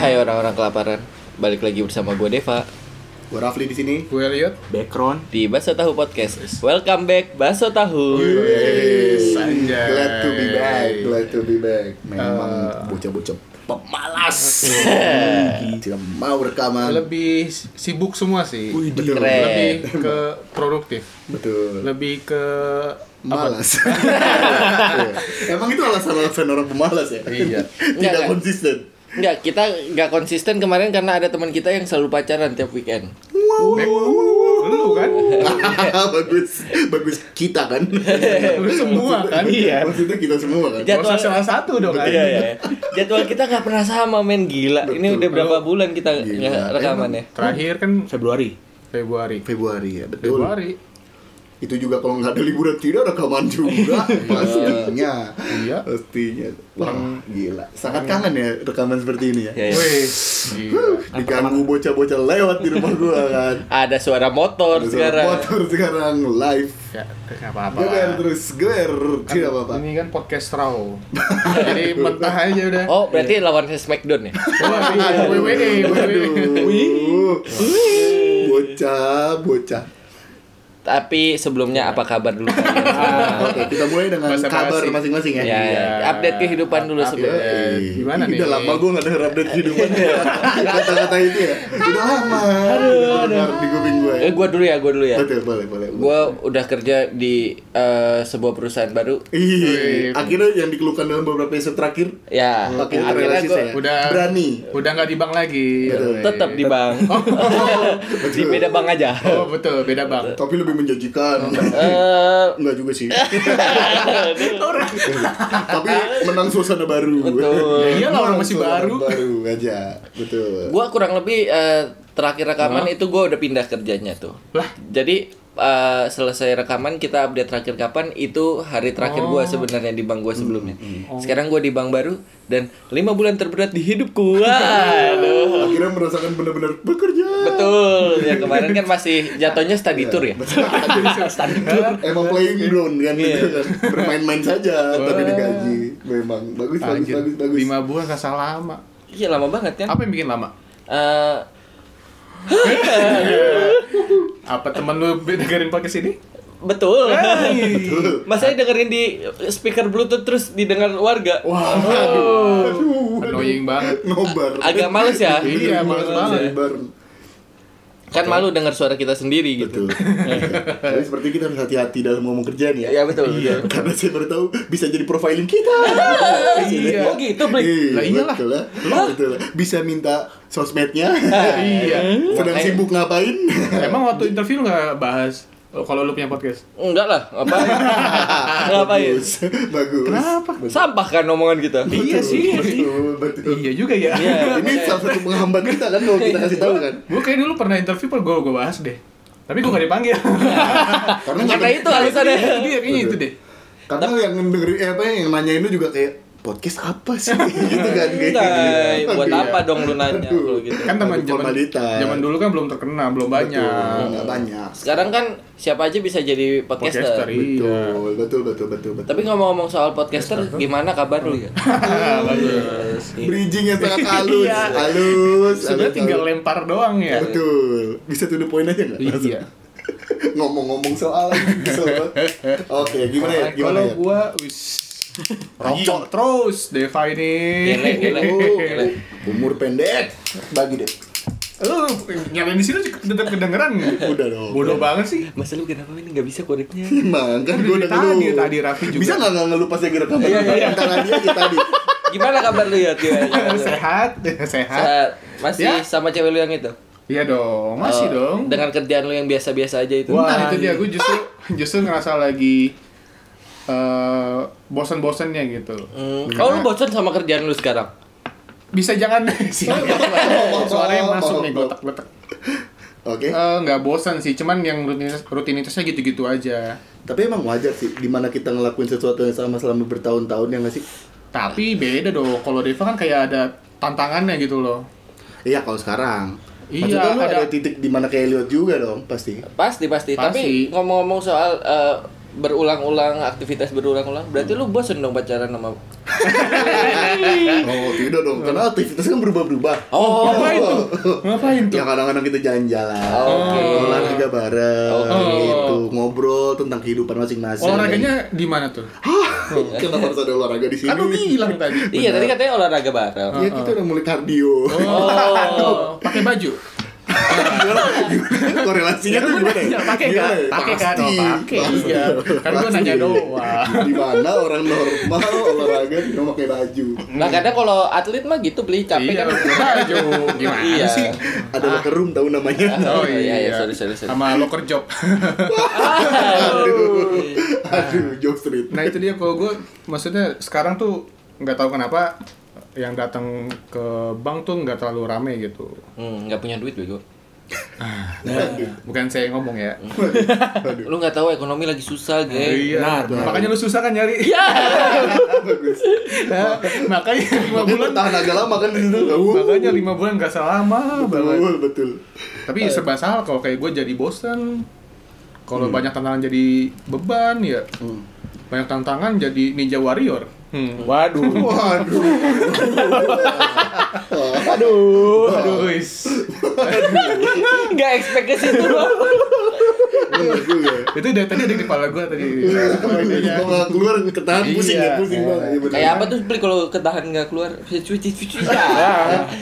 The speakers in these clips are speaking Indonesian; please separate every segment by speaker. Speaker 1: Hai orang-orang kelaparan, balik lagi bersama gue Deva
Speaker 2: Gue Rafli di sini.
Speaker 3: Gue lihat
Speaker 4: background
Speaker 1: di Baso Tahu Podcast. Welcome back Baso Tahu.
Speaker 3: Yes, anjay.
Speaker 2: Glad to be back. Glad to be back. Memang
Speaker 3: Eh.
Speaker 2: bocah-bocah pemalas. Tidak mau rekaman.
Speaker 3: lebih sibuk semua sih.
Speaker 2: Wih,
Speaker 1: Betul.
Speaker 2: dia.
Speaker 1: Keren.
Speaker 3: Lebih ke produktif,
Speaker 2: Betul.
Speaker 3: lebih ke
Speaker 2: Malas. Iya. Emang itu alasan-alasan orang pemalas ya?
Speaker 3: Iya.
Speaker 1: Enggak,
Speaker 2: Tidak
Speaker 1: kan?
Speaker 2: konsisten.
Speaker 1: Enggak, kita nggak konsisten kemarin karena ada teman kita yang selalu pacaran tiap weekend.
Speaker 3: lu kan?
Speaker 2: bagus bagus kita kan
Speaker 3: Lu semua kan?
Speaker 4: iya
Speaker 2: maksudnya kita semua kan
Speaker 1: Iya.
Speaker 3: Gak usah salah satu dong kan?
Speaker 1: Iya, iya. Jadwal kita nggak pernah sama men gila. Ini
Speaker 2: Betul.
Speaker 1: udah berapa bulan kita
Speaker 2: Gila,
Speaker 1: nggak rekaman ya?
Speaker 3: Terakhir kan
Speaker 4: Februari
Speaker 3: Februari.
Speaker 2: Februari ya betul
Speaker 3: Februari.
Speaker 2: itu juga kalau nggak ada liburan tidak rekaman juga pastinya
Speaker 3: Iya.
Speaker 2: pastinya wah gila sangat kangen ya rekaman seperti ini ya
Speaker 1: Iya, iya.
Speaker 3: Wih.
Speaker 2: Huh, diganggu bocah-bocah lewat di rumah gua kan
Speaker 1: Ada suara motor
Speaker 2: Ada suara
Speaker 1: sekarang.
Speaker 2: motor sekarang live
Speaker 3: Ya, nggak apa-apa.
Speaker 2: geber
Speaker 3: lah.
Speaker 2: terus geber
Speaker 3: Kan
Speaker 2: tidak apa-apa
Speaker 3: Ini kan podcast raw. Jadi mentah aja udah.
Speaker 2: Iya.
Speaker 1: Oh, berarti lawan Smackdown ya?
Speaker 3: Wah, iya, WWE, WWE.
Speaker 2: aduh bocah bocah
Speaker 1: Tapi sebelumnya apa kabar dulu? Ah.
Speaker 2: Nah, oke kita mulai dengan
Speaker 3: Basa-basi.
Speaker 2: kabar masing-masing ya
Speaker 1: ya, ya, update kehidupan dulu
Speaker 3: Update.
Speaker 1: sebelumnya.
Speaker 2: Yoi.
Speaker 3: Gimana nih?
Speaker 2: Udah lama gue gak denger update kehidupan Kata-kata itu ya Udah lama Dengar di kuping gue
Speaker 1: Eh, gua dulu ya, gua dulu ya.
Speaker 2: Betul, boleh, boleh
Speaker 1: Gue udah kerja di eh, sebuah perusahaan baru.
Speaker 2: Iya, akhirnya yang dikeluhkan dalam beberapa episode terakhir
Speaker 1: Ya,
Speaker 2: Makin
Speaker 1: akhirnya
Speaker 2: terrealisasi
Speaker 1: gue
Speaker 2: saya
Speaker 3: Udah
Speaker 2: Berani
Speaker 3: Udah nggak di bank lagi.
Speaker 2: Betul.
Speaker 3: Wih.
Speaker 1: tetap di bank. di beda bank aja.
Speaker 3: Oh betul, beda bank.
Speaker 2: Tapi lebih menjanjikan
Speaker 1: Eh,
Speaker 2: Enggak juga sih Tapi menang suasana baru
Speaker 1: Betul.
Speaker 3: Ya iyalah, orang
Speaker 2: Menang
Speaker 3: masih
Speaker 2: suasana
Speaker 3: baru.
Speaker 2: Baru aja Betul
Speaker 1: gue kurang lebih eh, terakhir rekaman itu gue udah pindah kerjanya tuh.
Speaker 3: Lah.
Speaker 1: Jadi eh, selesai rekaman kita update terakhir kapan itu hari terakhir gua sebenarnya di bank gue sebelumnya. Sekarang gue di bank baru dan lima bulan terberat di hidupku. Waduh.
Speaker 2: Akhirnya merasakan benar-benar bekerja
Speaker 1: Betul. Ya kemarin kan masih jatuhnya study tour
Speaker 2: Iya,
Speaker 1: ya. study tour.
Speaker 2: Emang playing ground kan
Speaker 1: Iya.
Speaker 2: gitu kan. Bermain-main saja tapi digaji. Memang bagus bagus
Speaker 3: Anjir,
Speaker 2: bagus bagus.
Speaker 3: lima bulan gak salah lama.
Speaker 1: Iya lama banget kan.
Speaker 3: Apa yang bikin lama?
Speaker 1: Eh,
Speaker 3: Apa temen lu dengerin podcast ini?
Speaker 1: betul. Masa dengerin di speaker Bluetooth terus didengar warga.
Speaker 2: Wah, aduh. aduh.
Speaker 3: Annoying banget.
Speaker 2: Nobar.
Speaker 1: Agak males ya.
Speaker 3: Iya, males banget.
Speaker 2: Nobar.
Speaker 1: Kan malu dengar suara kita sendiri gitu.
Speaker 2: Betul. Jadi seperti kita harus hati-hati dalam ngomong kerjaan ya.
Speaker 1: Ya betul. betul.
Speaker 2: Karena saya baru tahu bisa jadi profiling kita.
Speaker 3: Iya.
Speaker 1: Oh gitu, Blake.
Speaker 2: Iya,
Speaker 3: Lah iyalah.
Speaker 2: betul lah. Betul lah. Bisa minta sosmednya.
Speaker 3: Iya.
Speaker 2: Sedang
Speaker 1: Ah, Makanya-
Speaker 2: sibuk ngapain?
Speaker 3: Emang waktu interview nggak bahas oh, kalau lu punya podcast?
Speaker 1: Enggak lah, ngapain? ngapain?
Speaker 2: Bagus. Bagus.
Speaker 3: Kenapa?
Speaker 1: Sampah kan omongan kita.
Speaker 3: Iya sih. iya sih.
Speaker 2: Betul, betul.
Speaker 3: Iya juga ya.
Speaker 1: Iya.
Speaker 2: Ini salah satu penghambat kita kan kalau kita kasih tahu kan.
Speaker 3: Gue kayak dulu pernah interview, gue gue bahas deh. Tapi gue gak dipanggil.
Speaker 2: Karena
Speaker 1: Karena
Speaker 2: nggak-
Speaker 1: Iya, itu alasannya.
Speaker 3: Itu dia Iya, kayaknya itu deh.
Speaker 2: Karena yang dengerin eh, apa yang nanya itu juga kayak podcast apa sih gitu kan
Speaker 3: Iya,
Speaker 2: kayak
Speaker 1: Santai.
Speaker 2: gitu.
Speaker 1: Nah, Buat
Speaker 2: Iya.
Speaker 1: apa dong lu nanya
Speaker 2: Aduh.
Speaker 1: kalau gitu?
Speaker 3: Kan teman
Speaker 2: Ada
Speaker 3: zaman
Speaker 2: formalitas.
Speaker 3: zaman dulu kan belum terkenal, belum
Speaker 2: Betul,
Speaker 3: banyak.
Speaker 2: nggak banyak.
Speaker 1: Sekarang kan siapa aja bisa jadi podcaster.
Speaker 3: Podcaster, iya.
Speaker 2: Betul, betul, betul, betul, betul.
Speaker 1: Tapi ngomong-ngomong soal podcaster, gimana kabar lu ya? Iya.
Speaker 3: Bagus.
Speaker 2: bridging yang sangat halus,
Speaker 3: Iya.
Speaker 2: halus.
Speaker 3: Sebenarnya
Speaker 2: halus,
Speaker 3: tinggal
Speaker 2: halus.
Speaker 3: lempar doang ya.
Speaker 2: Betul. Bisa to the point aja nggak? Langsung.
Speaker 3: Iya.
Speaker 2: Ngomong-ngomong soal soal- Oke, gimana ya? Gimana
Speaker 3: Kalau
Speaker 2: ya?
Speaker 3: gua wis rokok terus Deva ini.
Speaker 1: Gele, gele.
Speaker 2: Oh, umur pendek. Bagi deh.
Speaker 3: Lu nyalain di sini tetap kedengeran nggak?
Speaker 2: Udah dong.
Speaker 3: Bodoh banget sih.
Speaker 1: Mas lu kenapa ini nggak bisa kodeknya?
Speaker 2: Emang kan gue udah
Speaker 3: Tadi,
Speaker 2: ngeluh.
Speaker 3: tadi Raffi juga.
Speaker 2: Bisa nggak nggak ngeluh pas lagi rekaman? Iya iya. Tadi aja tadi.
Speaker 1: Gimana kabar lu ya? Tio?
Speaker 3: sehat, sehat.
Speaker 1: Sehat. Masih
Speaker 3: Ya.
Speaker 1: sama cewek lu yang itu?
Speaker 3: Iya dong, masih
Speaker 1: Oh,
Speaker 3: dong.
Speaker 1: Dengan kerjaan lu yang biasa-biasa aja itu.
Speaker 3: Wah, itu dia gue justru justru ngerasa lagi eh bosan-bosannya gitu.
Speaker 1: Hmm. Oh, lu bosan sama kerjaan lu sekarang?
Speaker 3: Bisa jangan sih. Suaranya masuk nih gotak-gotak.
Speaker 2: Oke.
Speaker 3: Eh, nggak bosan sih, cuman yang rutinitas rutinitasnya gitu-gitu aja.
Speaker 2: Tapi emang wajar sih, dimana kita ngelakuin sesuatu yang sama selama bertahun-tahun ya nggak sih?
Speaker 3: Tapi beda dong, kalau Deva kan kayak ada tantangannya gitu loh.
Speaker 2: Iya kalau sekarang.
Speaker 3: Iya,
Speaker 2: Maksudnya lu ada,
Speaker 3: ada-
Speaker 2: titik dimana kayak Elliot juga dong pasti.
Speaker 1: Pasti pasti.
Speaker 3: Pasti.
Speaker 1: Tapi ngomong-ngomong soal eh, berulang-ulang aktivitas berulang-ulang berarti lu bosen dong pacaran sama
Speaker 3: Iya.
Speaker 2: Oh tidak dong, karena aktivitas kan berubah-berubah.
Speaker 1: Oh,
Speaker 3: ngapain tuh? Ngapain tuh? Oh.
Speaker 2: Ya kadang-kadang kita jalan-jalan,
Speaker 1: Oke.
Speaker 2: olahraga bareng,
Speaker 1: Oke.
Speaker 2: gitu, ngobrol tentang kehidupan masing-masing.
Speaker 3: Olahraganya di mana tuh?
Speaker 2: Kenapa harus ada olahraga di sini?
Speaker 3: Kan lu bilang tadi.
Speaker 1: iya tadi katanya olahraga bareng
Speaker 2: Ya kita udah mulai kardio.
Speaker 3: Oh, pakai baju.
Speaker 2: Korelasinya
Speaker 3: Ya,
Speaker 2: tuh
Speaker 3: gua
Speaker 2: gimana?
Speaker 3: nanya, pakai
Speaker 2: Gimana
Speaker 3: kan?
Speaker 2: ya?
Speaker 3: Pakai kan?
Speaker 2: Pasti,
Speaker 3: Oh, pakai.
Speaker 2: pasti.
Speaker 3: Iya. Kan gua
Speaker 2: Pasti.
Speaker 3: nanya doang.
Speaker 2: Di mana orang normal olahraga tidak pakai baju?
Speaker 1: nah kadang kalau atlet mah gitu beli capek
Speaker 3: Hmm.
Speaker 1: kan
Speaker 3: Iya, pakai baju. Gimana
Speaker 1: Iya.
Speaker 3: sih?
Speaker 2: Ada
Speaker 3: Ah.
Speaker 2: locker room tahu namanya?
Speaker 1: Oh, iya, iya, sorry, sorry, sorry.
Speaker 3: Sama locker job.
Speaker 1: Aduh.
Speaker 2: Aduh, joke street.
Speaker 3: Nah itu dia kalau gue maksudnya sekarang tuh nggak tahu kenapa yang datang ke bank tuh nggak terlalu rame gitu.
Speaker 1: Hmm, nggak punya duit bego.
Speaker 3: Bukan saya yang ngomong ya.
Speaker 1: Lu nggak tahu ekonomi lagi susah, geng.
Speaker 3: Iya. Makanya lu susah kan nyari.
Speaker 1: Iya.
Speaker 2: Bagus.
Speaker 3: Nah, makanya lima
Speaker 2: Makanya
Speaker 3: bulan.
Speaker 2: tahan agak lama kan di situ.
Speaker 3: Makanya lima bulan nggak selama banget.
Speaker 2: Betul, betul.
Speaker 3: Tapi serba salah kalau kayak gue jadi bosen. Kalau
Speaker 1: Hmm.
Speaker 3: banyak tantangan jadi beban ya. Banyak tantangan jadi ninja warrior. Hmm. Waduh.
Speaker 2: Waduh.
Speaker 3: Aduh. Aduh. is.
Speaker 1: Nggak expect ke situ loh.
Speaker 2: Bener Iya juga. ya.
Speaker 3: Itu dari tadi ada di kepala gue tadi.
Speaker 2: Kalau nggak keluar ketahan pusing
Speaker 3: Iya.
Speaker 2: ya, pusing banget. Iya, bener.
Speaker 1: Kayak apa tuh beli kalau ketahan nggak keluar? Cuci-cuci.
Speaker 3: Iya,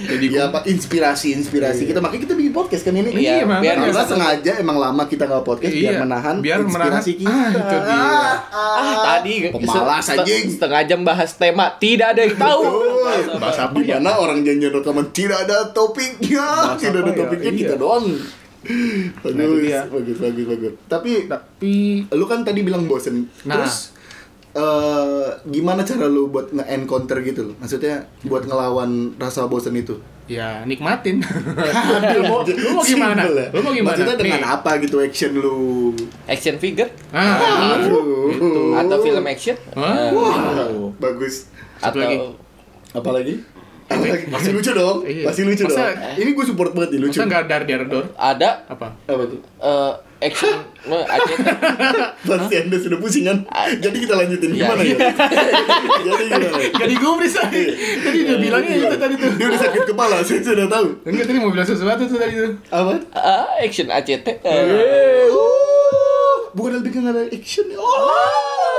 Speaker 3: Jadi
Speaker 2: Ya apa inspirasi inspirasi
Speaker 3: Iya.
Speaker 2: kita makanya kita bikin podcast kan ini.
Speaker 1: Iya,
Speaker 3: makanya.
Speaker 1: biar
Speaker 2: Karena
Speaker 1: nggak
Speaker 2: sengaja emang lama kita nggak podcast biar
Speaker 3: Iya,
Speaker 2: menahan
Speaker 3: biar menahan-
Speaker 2: inspirasi kita.
Speaker 3: Ah, itu dia.
Speaker 1: Ah, tadi
Speaker 2: Pemalas,
Speaker 1: seteng-
Speaker 2: anjing.
Speaker 1: Setengah jam bahas tema, tidak ada yang tahu.
Speaker 2: Betul.
Speaker 3: bahas apa ya?
Speaker 2: Gimana orang janjian rekaman tidak ada topiknya,
Speaker 3: Bahas
Speaker 2: tidak ada
Speaker 3: apa ya?
Speaker 2: topiknya
Speaker 3: Iya. Nah,
Speaker 2: kita doang.
Speaker 3: itu
Speaker 2: Bagus,
Speaker 3: dia.
Speaker 2: bagus, bagus, bagus. Tapi
Speaker 3: Tapi
Speaker 2: lu kan tadi bilang bosen.
Speaker 3: Nah.
Speaker 2: Terus eh, gimana cara lu buat nge-encounter gitu loh? Maksudnya buat ngelawan rasa bosen itu?
Speaker 3: ya nikmatin. lu, mau, lu mau gimana?
Speaker 2: Simple ya.
Speaker 3: Lu mau gimana?
Speaker 2: Maksudnya dengan
Speaker 3: Nih.
Speaker 2: apa gitu action lu?
Speaker 1: Action figure
Speaker 3: Ah,
Speaker 2: Aduh.
Speaker 1: atau film action? Eh,
Speaker 3: Hah?
Speaker 2: Wah, bagus.
Speaker 3: Satu lagi.
Speaker 1: Atau
Speaker 2: Apalagi? Apalagi? Masih lucu dong.
Speaker 3: Iya.
Speaker 2: Masih lucu dong.
Speaker 3: Masa-
Speaker 2: Ini gue support banget nih lucu.
Speaker 3: Masa nggak dar dar dor?
Speaker 1: ada
Speaker 3: Apa?
Speaker 2: Apa tuh?
Speaker 1: eh, action eh, action
Speaker 2: Pasti Anda sudah pusing kan?
Speaker 3: Ah.
Speaker 2: Jadi kita lanjutin
Speaker 1: Iya.
Speaker 2: gimana ya? Jadi gimana?
Speaker 3: Gak digubris
Speaker 2: Iya.
Speaker 3: tadi. Tadi dia bilangnya itu tadi tuh.
Speaker 2: Dia udah sakit kepala, saya sudah tahu.
Speaker 3: Enggak tadi mau bilang sesuatu tuh tadi tuh.
Speaker 2: Apa?
Speaker 1: ah, action ACT. Eh,
Speaker 2: Eh, uh, bukan lebih ke ada action. Oh.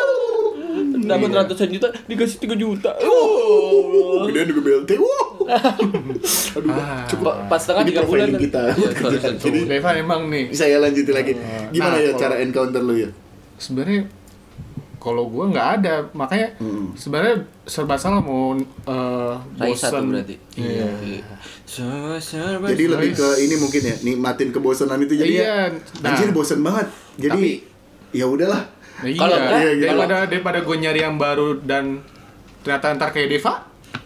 Speaker 1: Dapat ratusan juta, dikasih 3 juta. Oh.
Speaker 2: Kemudian juga BLT. Wow. Aduh,
Speaker 3: Ah,
Speaker 2: cukup.
Speaker 1: Ba- Pas setengah
Speaker 2: Ini
Speaker 1: tiga bulan.
Speaker 2: profiling kita.
Speaker 1: Iya, sorry, sorry.
Speaker 2: Jadi
Speaker 3: Levan emang nih.
Speaker 2: saya lanjutin lagi. Gimana
Speaker 3: Nah,
Speaker 2: ya
Speaker 3: kalau-
Speaker 2: cara encounter lu ya?
Speaker 3: Sebenarnya kalau gue nggak ada makanya sebenarnya serba salah mau eh,
Speaker 1: Rai satu
Speaker 3: bosan.
Speaker 1: berarti.
Speaker 3: Iya.
Speaker 2: Jadi
Speaker 1: Jadi
Speaker 2: lebih ke ini mungkin ya, nikmatin kebosanan itu jadi
Speaker 3: Iya,
Speaker 2: ya,
Speaker 3: nah.
Speaker 2: anjir bosan banget. Jadi ya udahlah.
Speaker 3: Nah, iya.
Speaker 1: Kalau enggak,
Speaker 3: Iya,
Speaker 2: iya.
Speaker 3: daripada daripada gue nyari yang baru dan ternyata ntar kayak Deva.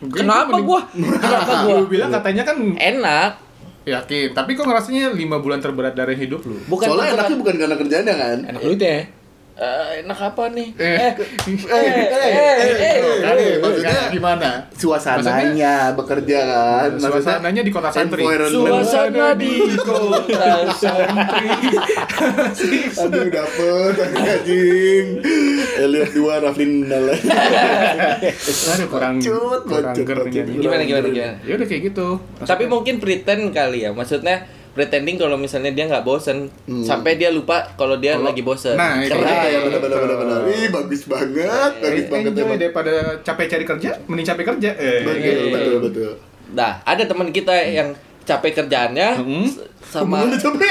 Speaker 3: gue-
Speaker 1: Kenapa
Speaker 3: mending-
Speaker 1: gua? Kenapa gua?
Speaker 3: Lu bilang katanya kan
Speaker 1: Enak.
Speaker 3: yakin, tapi kok ngerasanya lima bulan terberat dari hidup lu?
Speaker 1: Bukan
Speaker 2: Soalnya
Speaker 1: tempat-
Speaker 2: enaknya bukan karena kerjaannya kan.
Speaker 3: Enak lu deh.
Speaker 1: Eh, enak apa nih?
Speaker 3: Eh,
Speaker 1: Eh,
Speaker 2: eh,
Speaker 1: eh, eh,
Speaker 3: kan,
Speaker 2: eh, maksudnya-
Speaker 3: kan, gimana?
Speaker 2: Suasananya bekerja kan.
Speaker 3: Suasananya di kota santri.
Speaker 2: environment.
Speaker 1: Suasana di kota santri.
Speaker 2: Aduh dapet anjing. Elliot 2 Raflin 0.
Speaker 3: Aduh, Eh, kurang
Speaker 2: Cut,
Speaker 3: kurang
Speaker 2: cut,
Speaker 3: ger
Speaker 2: cut.
Speaker 3: nih.
Speaker 1: Gimana gimana gimana?
Speaker 3: Ya udah kayak gitu. Maksudnya-
Speaker 1: Tapi mungkin pretend kali ya. Maksudnya pretending kalau misalnya dia nggak bosen sampai dia lupa kalau dia
Speaker 3: Kalau-
Speaker 1: lagi bosen.
Speaker 3: Nah, itu
Speaker 2: Keren
Speaker 3: dia.
Speaker 2: ya benar benar benar benar. Ih bagus banget, bagus banget
Speaker 3: Eh, Enjoy
Speaker 2: emang.
Speaker 3: daripada capek cari kerja, mending capek kerja. Eh,
Speaker 2: Betul
Speaker 3: gitu.
Speaker 2: betul betul.
Speaker 1: Nah, ada teman kita yang capek kerjaannya s- sama
Speaker 2: Udah capek.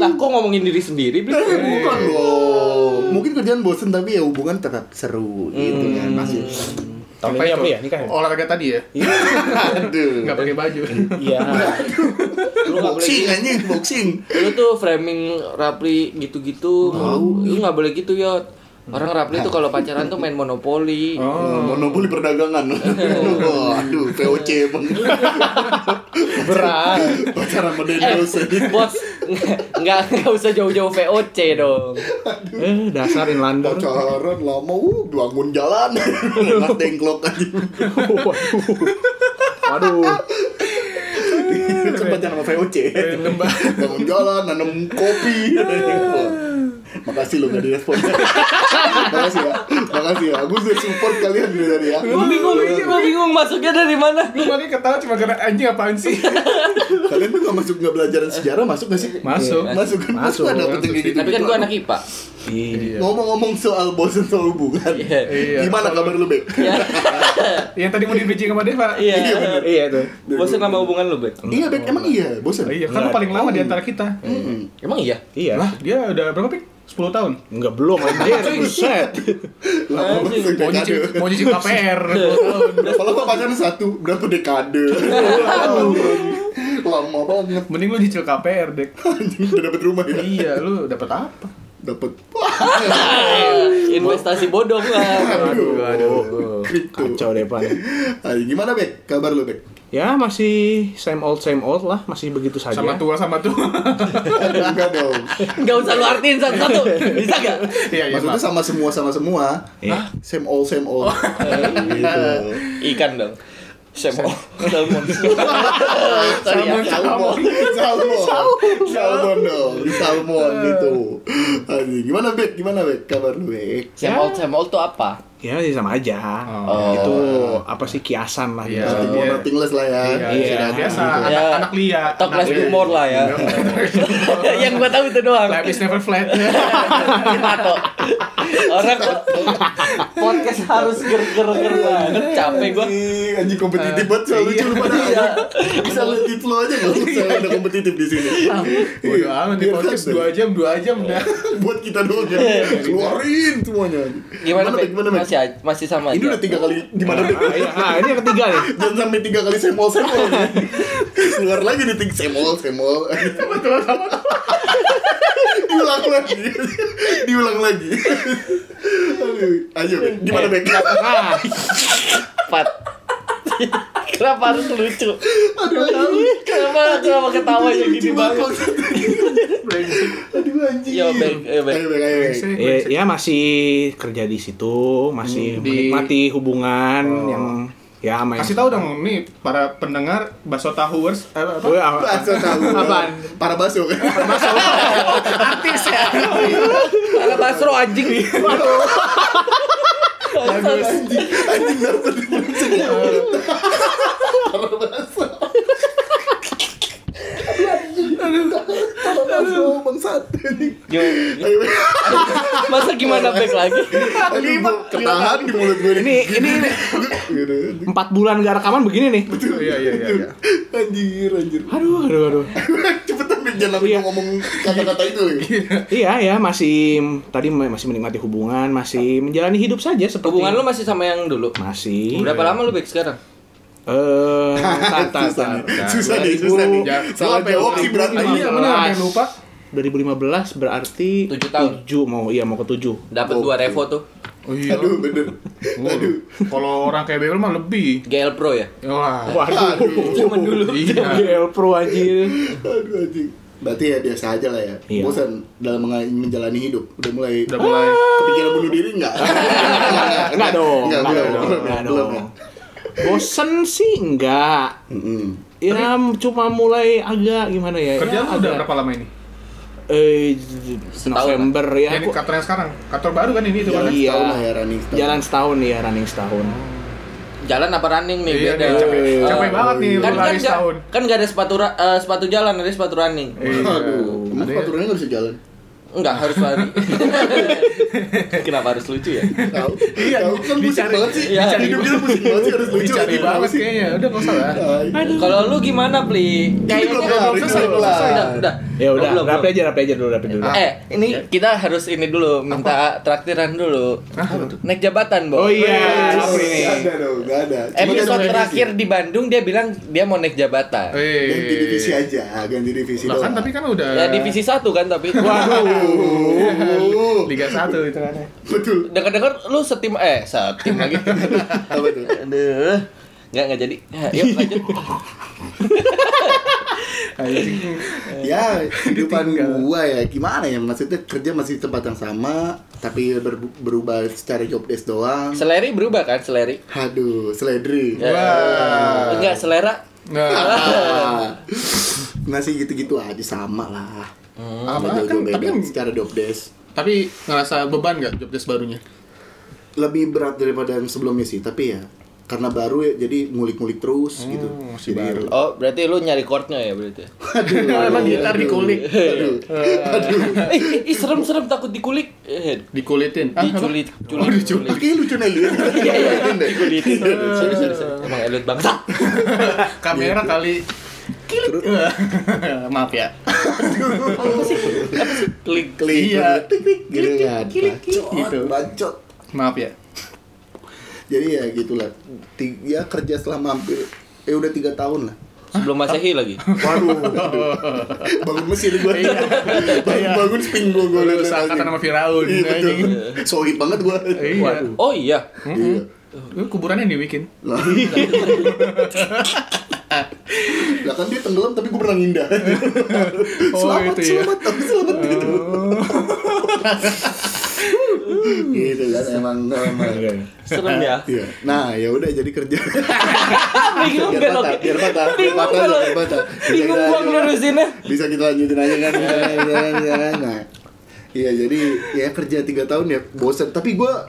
Speaker 1: lah kok ngomongin diri sendiri Bli?
Speaker 2: Eh, bukan loh. Mungkin kerjaan bosen tapi ya hubungan tetap seru gitu kan
Speaker 3: Hmm.
Speaker 2: masih.
Speaker 4: Tahun
Speaker 3: Apa
Speaker 4: ini
Speaker 3: itu?
Speaker 4: apa ya? Nikah ya?
Speaker 3: Olahraga tadi ya?
Speaker 2: Aduh.
Speaker 3: Enggak pakai baju.
Speaker 4: Iya.
Speaker 1: lu nggak boleh
Speaker 2: Boxing
Speaker 1: gitu.
Speaker 2: anjing, boxing.
Speaker 1: lu tuh framing rapli gitu-gitu lu nggak boleh gitu ya orang rapli tuh kalau pacaran tuh main monopoli
Speaker 2: Oh, monopoli perdagangan. oh, aduh, VOC emang.
Speaker 4: Berat.
Speaker 2: Pacaran sama
Speaker 1: Eh.
Speaker 2: Den dosen.
Speaker 1: bos nggak nggak usah jauh-jauh VOC dong
Speaker 4: Eh, dasar Inlander.
Speaker 2: Pacaran lama, uh, bangun jalan. Nggak tengklok aja.
Speaker 4: Waduh. Waduh.
Speaker 1: Eh.
Speaker 2: Itu tempatnya nama VOC.
Speaker 3: Random banget.
Speaker 2: Bangun jalan, nanam kopi.
Speaker 1: Eh.
Speaker 2: Makasih lo gak direspon. Makasih ya. Makasih ya. Aku sudah support kalian dari tadi ya.
Speaker 1: Gue bingung, gue bingung masuknya dari mana.
Speaker 3: Gue makin ketawa cuma karena anjing apaan sih?
Speaker 2: Kalian tuh gak masuk gak belajaran sejarah masuk gak sih?
Speaker 3: Masuk.
Speaker 4: Iya.
Speaker 2: Masuk kan? Masuk,
Speaker 4: Masuk,
Speaker 2: ada
Speaker 3: masuk
Speaker 2: penting kayak
Speaker 3: sih.
Speaker 2: gitu.
Speaker 1: Tapi kan gue anak IPA.
Speaker 3: Iya.
Speaker 2: Ngomong-ngomong soal bosen soal hubungan.
Speaker 1: Iya.
Speaker 3: Iya.
Speaker 2: Gimana kabar lu, Bek?
Speaker 3: Yang tadi mau dibiji sama Deva.
Speaker 1: Iya.
Speaker 4: Iya tuh.
Speaker 1: Bosan sama hubungan lu, Bek?
Speaker 2: Iya, Bek. Emang iya, bosen.
Speaker 3: Iya, kan lu paling lama di antara kita.
Speaker 2: Mm-mm.
Speaker 1: Emang iya?
Speaker 4: Iya.
Speaker 3: Lah, dia udah berapa, Pik? 10 tahun.
Speaker 4: Enggak belum anjir, buset.
Speaker 1: Iya. Anjing,
Speaker 2: Lama banget,
Speaker 3: Mau
Speaker 2: dekade.
Speaker 3: nyicip, mau nyicip KPR
Speaker 4: Iya.
Speaker 3: 10 tahun.
Speaker 2: Kalau gua pacaran satu, berapa dekade? Lama banget.
Speaker 3: Mending lu nyicil KPR, Dek.
Speaker 2: Anjing, udah dapet rumah ya?
Speaker 3: Iya, lu dapat apa?
Speaker 2: Dapet.
Speaker 1: Eh, Investasi bodoh lah.
Speaker 2: Aduh, aduh. Kripto.
Speaker 4: Kacau depan.
Speaker 2: Ayo, gitu. gimana, Bek? Kabar lu, Bek?
Speaker 4: Ya masih same old same old lah, masih begitu saja.
Speaker 3: Sama tua sama tua.
Speaker 2: Enggak dong.
Speaker 1: Gak usah lu artiin satu-satu. Bisa gak?
Speaker 3: Iya, iya.
Speaker 2: Maksudnya
Speaker 3: Maksudnya
Speaker 2: sama semua sama semua.
Speaker 4: Iya.
Speaker 2: Same old same
Speaker 1: Oh,
Speaker 2: old.
Speaker 1: iya.
Speaker 2: gitu.
Speaker 1: Ikan dong. Semol. Salmon. Sorry ya.
Speaker 2: salmon, salmon, salmon dong, di salmon gitu. Aduh, gimana Bek? Gimana Bek? Kabar lu Bek?
Speaker 1: Semol, semol tuh apa?
Speaker 4: Ya masih sama aja.
Speaker 3: Oh.
Speaker 4: Itu apa sih kiasan lah
Speaker 3: Iya.
Speaker 4: gitu.
Speaker 2: Nothing more,
Speaker 3: Iya.
Speaker 2: nothing less lah ya. gitu.
Speaker 3: Iya, biasa anak,
Speaker 1: Ya.
Speaker 3: anak lia.
Speaker 1: Talk
Speaker 3: anak
Speaker 1: less
Speaker 3: lia.
Speaker 1: do more lah ya. Yang gua tahu itu doang.
Speaker 3: Life is never flat.
Speaker 1: Iya. Tato. Orang kok- podcast harus ger-ger ger banget. Capek gua.
Speaker 2: Anjing, anjing
Speaker 3: Eh,
Speaker 2: kompetitif banget soal lucu
Speaker 3: iya.
Speaker 2: lu pada anjing. Bisa lihat lu aja nggak usah ada kompetitif di sini.
Speaker 3: Udah aman Iya. di
Speaker 2: Biar
Speaker 3: podcast Iya,
Speaker 2: santai.
Speaker 3: 2 jam, 2 jam udah.
Speaker 2: Buat kita doang ya. Keluarin semuanya.
Speaker 1: Gimana,
Speaker 2: Bek?
Speaker 1: Bek?
Speaker 2: Gimana Bek?
Speaker 1: Masih aj- masih sama
Speaker 2: Ini
Speaker 1: aja.
Speaker 2: udah tiga kali gimana Bek?
Speaker 4: Ah, iya. Ah, ini yang ketiga nih.
Speaker 2: Jangan sampai tiga kali semol semol. Keluar lagi di tiga semol semol. Diulang lagi. Diulang lagi. Aduh, Ayo, Bek. gimana Bek?
Speaker 4: Nah,
Speaker 1: Pat. Kenapa harus lucu? Kenapa kenapa ketawanya gini banget?
Speaker 2: Aduh anjing.
Speaker 1: Yo, Bek, yo, Bek.
Speaker 2: Ayo, Bek, ayo, Bek.
Speaker 4: ya, ya masih kerja di situ, masih
Speaker 3: Hmm, Di-
Speaker 4: menikmati hubungan
Speaker 3: Oh.
Speaker 4: yang ya main.
Speaker 3: Kasih tahu dong nih para pendengar bakso tahuers eh, apa?
Speaker 4: Woi, apa?
Speaker 2: Bakso tahu.
Speaker 4: Apaan?
Speaker 2: Para bakso kan.
Speaker 1: Karena Basro
Speaker 3: Iya.
Speaker 1: anjing. Bagus.
Speaker 2: Anjing dapet. Para bakso bangsat.
Speaker 1: Yo,
Speaker 2: Ayo, Bek.
Speaker 1: masa gimana back lagi?
Speaker 2: Aduh, gua ketahan di mulut gue
Speaker 4: Ini ini ini
Speaker 2: Gitu.
Speaker 4: empat bulan gak rekaman begini nih.
Speaker 3: Iya iya iya. iya.
Speaker 2: Anjir, anjir.
Speaker 4: Aduh, aduh, aduh.
Speaker 2: Cepetan Bek, jangan langsung
Speaker 4: Iya.
Speaker 2: ngomong kata-kata itu.
Speaker 4: Iya ya masih tadi masih menikmati hubungan masih menjalani hidup saja seperti
Speaker 1: Hubungan lu masih sama yang dulu?
Speaker 3: Iya.
Speaker 4: masih
Speaker 1: Berapa lama lu back sekarang?
Speaker 4: eh tar, tar,
Speaker 2: susah
Speaker 4: tar.
Speaker 2: nih, susah nih, susah nih.
Speaker 3: Ya,
Speaker 2: Salah
Speaker 3: salah
Speaker 2: bewok sih berarti.
Speaker 3: Ah, Iya benar sampai lupa.
Speaker 4: 2015 berarti
Speaker 1: Tujuh tahun.
Speaker 4: tujuh, mau iya mau ke 7
Speaker 1: Dapat
Speaker 2: Oh.
Speaker 1: dua revo tuh.
Speaker 3: Oh iya.
Speaker 2: Aduh, bener. Aduh.
Speaker 3: Kalau orang kayak Bebel mah lebih.
Speaker 1: GL Pro ya?
Speaker 3: Wah.
Speaker 4: waduh
Speaker 1: Cuman dulu.
Speaker 3: Iya.
Speaker 4: GL Pro anjir
Speaker 2: Aduh, anjing. Berarti ya biasa aja lah ya.
Speaker 4: Iya.
Speaker 2: Bosan dalam menga- menjalani hidup. Udah mulai
Speaker 3: Udah mulai.
Speaker 2: kepikiran bunuh diri enggak?
Speaker 4: enggak dong
Speaker 2: Enggak,
Speaker 4: enggak
Speaker 2: belum,
Speaker 4: dong,
Speaker 2: belum,
Speaker 4: enggak
Speaker 2: belum, ya.
Speaker 4: dong bosen sih enggak
Speaker 2: Mm-mm.
Speaker 4: ya cuma mulai agak gimana
Speaker 1: Iya.
Speaker 4: ya
Speaker 3: Kerjaan lu
Speaker 4: ya,
Speaker 3: udah
Speaker 4: agak-
Speaker 3: berapa lama ini?
Speaker 4: eh
Speaker 1: Setahun,
Speaker 4: November
Speaker 1: Iya,
Speaker 4: ya
Speaker 3: Yang
Speaker 4: aku-
Speaker 3: kantornya sekarang. Kantor baru kan ini itu kan.
Speaker 2: Jalan
Speaker 4: Iya.
Speaker 2: setahun lah ya, running setahun.
Speaker 4: jalan setahun ya running setahun
Speaker 1: Jalan apa running nih? Beda.
Speaker 3: Iya, nih, capek,
Speaker 1: Eh,
Speaker 3: capek banget nih lu
Speaker 1: Kan kan
Speaker 3: lari
Speaker 1: ja-
Speaker 3: setahun.
Speaker 1: kan gak ada sepatu ra- eh, sepatu jalan, ada sepatu running.
Speaker 3: Iya.
Speaker 2: Aduh, emang
Speaker 3: Ada-
Speaker 2: peraturannya nggak bisa jalan?
Speaker 1: Enggak harus lari. Kenapa harus lucu ya?
Speaker 2: Tahu? Tahu kan pusing
Speaker 3: dicari-
Speaker 2: banget sih.
Speaker 1: iya.
Speaker 2: Hidup kita pusing banget sih harus lucu. gitu.
Speaker 3: Dicari
Speaker 2: Aduh,
Speaker 3: banget
Speaker 2: sih.
Speaker 3: kayaknya. Udah enggak usah lah.
Speaker 2: Tai.
Speaker 1: Kalau lu gimana, Pli?
Speaker 2: belum
Speaker 1: Kayaknya
Speaker 2: kelar, ini belum
Speaker 1: belum
Speaker 2: kelar.
Speaker 1: Udah, udah.
Speaker 4: ya
Speaker 1: Oh,
Speaker 4: udah
Speaker 1: belum,
Speaker 4: rapi
Speaker 1: belum.
Speaker 4: aja rapi aja dulu rapi dulu
Speaker 1: Eh, ini kita harus ini dulu minta traktiran dulu. Naik jabatan, Bo.
Speaker 4: Oh iya, April
Speaker 2: Nggak
Speaker 4: nih.
Speaker 2: ada dong, nggak ada. Cuma
Speaker 1: Episode
Speaker 2: ganti
Speaker 1: terakhir di Bandung dia bilang dia mau naik
Speaker 4: Oh iya.
Speaker 1: jabatan.
Speaker 2: divisi.
Speaker 3: Eh.
Speaker 2: Ganti divisi aja, ganti divisi
Speaker 3: Lah kan
Speaker 2: doang.
Speaker 3: tapi kan udah
Speaker 1: Ya divisi satu kan tapi.
Speaker 2: Waduh.
Speaker 3: Liga 1 itu kan.
Speaker 2: Oh, Betul.
Speaker 1: Dengar-dengar lu setim eh setim lagi.
Speaker 2: Apa tuh?
Speaker 1: Aduh. Enggak enggak jadi. Ya, Yuk lanjut.
Speaker 3: Anjing.
Speaker 1: Eh,
Speaker 2: Ya, kehidupan gua ya gimana ya? Maksudnya kerja masih di tempat yang sama, tapi ber- berubah secara job desk doang.
Speaker 1: Seleri berubah kan seleri?
Speaker 2: Aduh, seledri.
Speaker 1: Ya. Enggak selera
Speaker 3: Nah,
Speaker 2: Masih gitu-gitu aja sama lah.
Speaker 1: Hmm.
Speaker 3: apa
Speaker 2: Nggak
Speaker 3: kan
Speaker 2: jauh-jauh
Speaker 3: tapi
Speaker 2: beda. secara job desk
Speaker 3: tapi ngerasa beban nggak job desk barunya?
Speaker 2: lebih berat daripada yang sebelumnya sih, tapi ya karena baru ya jadi ngulik-ngulik terus gitu.
Speaker 3: Hmm, masih
Speaker 2: jadi,
Speaker 3: baru.
Speaker 1: Oh, berarti lu nyari chordnya ya berarti.
Speaker 3: Emang gitar dikulik,
Speaker 2: Aduh. Aduh.
Speaker 1: eh, ih, serem-serem takut dikulik. Eh,
Speaker 3: dikulitin. Ah, apa?
Speaker 1: diculik,
Speaker 3: Oh, diculik.
Speaker 2: Kayaknya lucu nih Iya, iya,
Speaker 1: Dikulik. Sorry, sorry, sorry. Emang elit bangsa.
Speaker 3: Kamera kali. Kilik. Maaf ya.
Speaker 1: Klik.
Speaker 2: Klik,
Speaker 3: Iya.
Speaker 2: klik, klik, gitu kan.
Speaker 3: Gitu.
Speaker 2: Bacot, bacot.
Speaker 3: Maaf ya.
Speaker 2: Jadi ya gitulah. Tiga kerja selama hampir eh udah tiga tahun lah.
Speaker 1: Sebelum Masehi lagi.
Speaker 2: Waduh, waduh. bangun mesin gue, bangun, bangun spin gue gue
Speaker 3: Lu Iya. seangkatan sama Firaun.
Speaker 2: Iya betul.
Speaker 3: anjing.
Speaker 2: Sohib banget gue.
Speaker 3: Iya.
Speaker 1: Oh iya.
Speaker 2: Iya.
Speaker 3: Lu kuburannya di weekend.
Speaker 2: Lah. Lah kan dia tenggelam tapi gue pernah ngindah. selamat,
Speaker 3: itu ya.
Speaker 2: selamat, tapi selamat gitu. gitu kan emang emang.
Speaker 1: Serem ya.
Speaker 2: Iya. Nah, ya udah jadi kerja.
Speaker 1: Bingung
Speaker 2: biar
Speaker 1: gak lo?
Speaker 2: patah, biar patah, biar
Speaker 1: Bingung
Speaker 2: patah,
Speaker 1: gak lo?
Speaker 2: biar patah.
Speaker 1: Bingung
Speaker 2: Bisa
Speaker 1: gua
Speaker 2: kita-
Speaker 1: ngelurusinnya.
Speaker 2: Bisa kita lanjutin aja kan. Ya, ya, ya, ya. Nah, Iya, jadi ya kerja 3 tahun ya bosan, tapi gua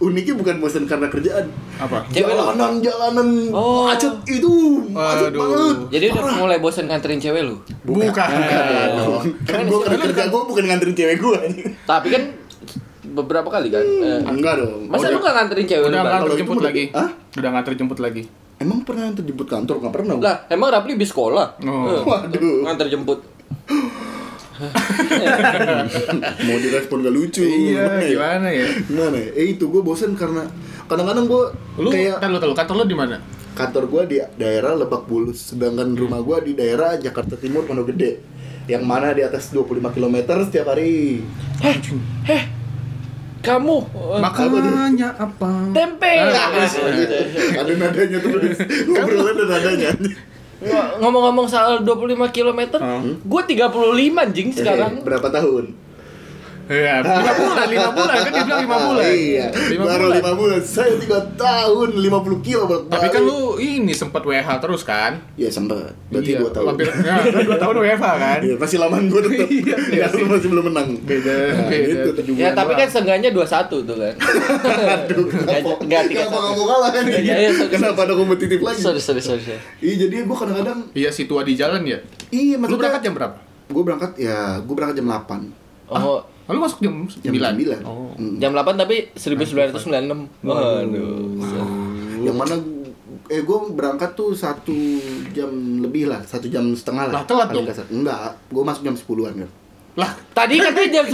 Speaker 2: uniknya bukan bosan karena kerjaan,
Speaker 3: Apa?
Speaker 1: Cewek lo?
Speaker 2: jalanan jalanan
Speaker 1: Oh.
Speaker 2: macet itu macet
Speaker 3: Aduh.
Speaker 2: banget
Speaker 1: Jadi udah mulai bosan nganterin cewek lu.
Speaker 3: Bukan. Nah,
Speaker 2: Aduh. kan gue kerja kerja gue bukan nganterin cewek gue
Speaker 1: Tapi kan beberapa kali kan. eh,
Speaker 2: enggak dong
Speaker 1: Masa lu gak nganterin cewek lu?
Speaker 3: Udah
Speaker 1: Bang?
Speaker 3: nggak
Speaker 2: Kalau itu
Speaker 3: terjemput
Speaker 2: udah-
Speaker 3: lagi.
Speaker 2: Hah?
Speaker 3: Udah nggak terjemput lagi.
Speaker 2: emang pernah nganter jemput kantor nggak pernah
Speaker 1: Lah, emang Rapli di sekolah.
Speaker 3: Oh.
Speaker 1: Eh,
Speaker 2: Waduh.
Speaker 1: Nganter jemput.
Speaker 2: mau direspon gak lucu Gimana
Speaker 3: Iya,
Speaker 2: ya?
Speaker 3: gimana ya?
Speaker 2: gimana ya? eh itu gue bosen karena kadang-kadang gue
Speaker 3: Lu
Speaker 2: kayak
Speaker 3: kan lu tahu kantor lu di mana?
Speaker 2: kantor gue di daerah Lebak Bulus sedangkan
Speaker 3: Hmm.
Speaker 2: rumah gue di daerah Jakarta Timur Pondok Gede yang mana di atas 25 km setiap hari
Speaker 1: Kamu
Speaker 2: Oh,
Speaker 1: eh,
Speaker 3: Makanannya apa?
Speaker 1: tempe.
Speaker 3: Nah,
Speaker 1: Nah,
Speaker 3: Iya,
Speaker 2: ada nadanya terus ngobrolan ada nadanya
Speaker 1: Ngo- Ngomong-ngomong soal 25 km, gua 35 anjing sekarang.
Speaker 2: Eh, berapa tahun
Speaker 3: Iya, lima bulan, lima bulan kan dia bilang lima bulan.
Speaker 2: iya.
Speaker 3: Lima
Speaker 2: baru
Speaker 3: bulan.
Speaker 2: lima bulan. Saya tiga tahun, 50 kilo bolak
Speaker 3: Tapi kan lu ini sempat WH terus kan?
Speaker 2: ya sempet. Berarti
Speaker 3: Iya,
Speaker 2: dua tahun.
Speaker 3: Hampir, ya, lu dua tahun WFH kan?
Speaker 2: Iya, masih laman gue tetap.
Speaker 3: Iya,
Speaker 2: Iya, lu masih belum menang.
Speaker 3: Beda,
Speaker 2: Nah,
Speaker 3: beda.
Speaker 2: gitu.
Speaker 3: tujuh
Speaker 1: Ya
Speaker 3: bulan
Speaker 1: tapi
Speaker 3: doang.
Speaker 1: kan seenggaknya 21 tuh kan.
Speaker 2: Aduh, kenapa?
Speaker 1: Nggak, tiga
Speaker 2: Kenapa
Speaker 1: tahun.
Speaker 2: nggak mau kalah kan?
Speaker 1: Iya, iya, sorry,
Speaker 2: Kenapa ada kompetitif lagi?
Speaker 1: sorry, sorry, sorry. sorry.
Speaker 2: Iya, jadi gue kadang-kadang
Speaker 3: Iya, si tua di jalan ya.
Speaker 2: iya,
Speaker 3: Lu
Speaker 2: maksudnya
Speaker 3: berangkat jam berapa?
Speaker 2: Gue berangkat ya, gue berangkat jam 8
Speaker 1: Oh,
Speaker 3: Ah, Lu masuk jam
Speaker 2: Jam
Speaker 3: 9.
Speaker 2: 9
Speaker 3: Oh.
Speaker 2: Mm.
Speaker 1: jam 8 tapi 1996. Waduh.
Speaker 2: Yang mana eh gue berangkat tuh satu jam lebih lah, satu jam setengah lah.
Speaker 3: Lah, telat
Speaker 2: paling
Speaker 3: dong.
Speaker 2: kasar. Enggak, gue masuk jam 10-an kan.
Speaker 3: Lah,
Speaker 1: Tadi katanya jam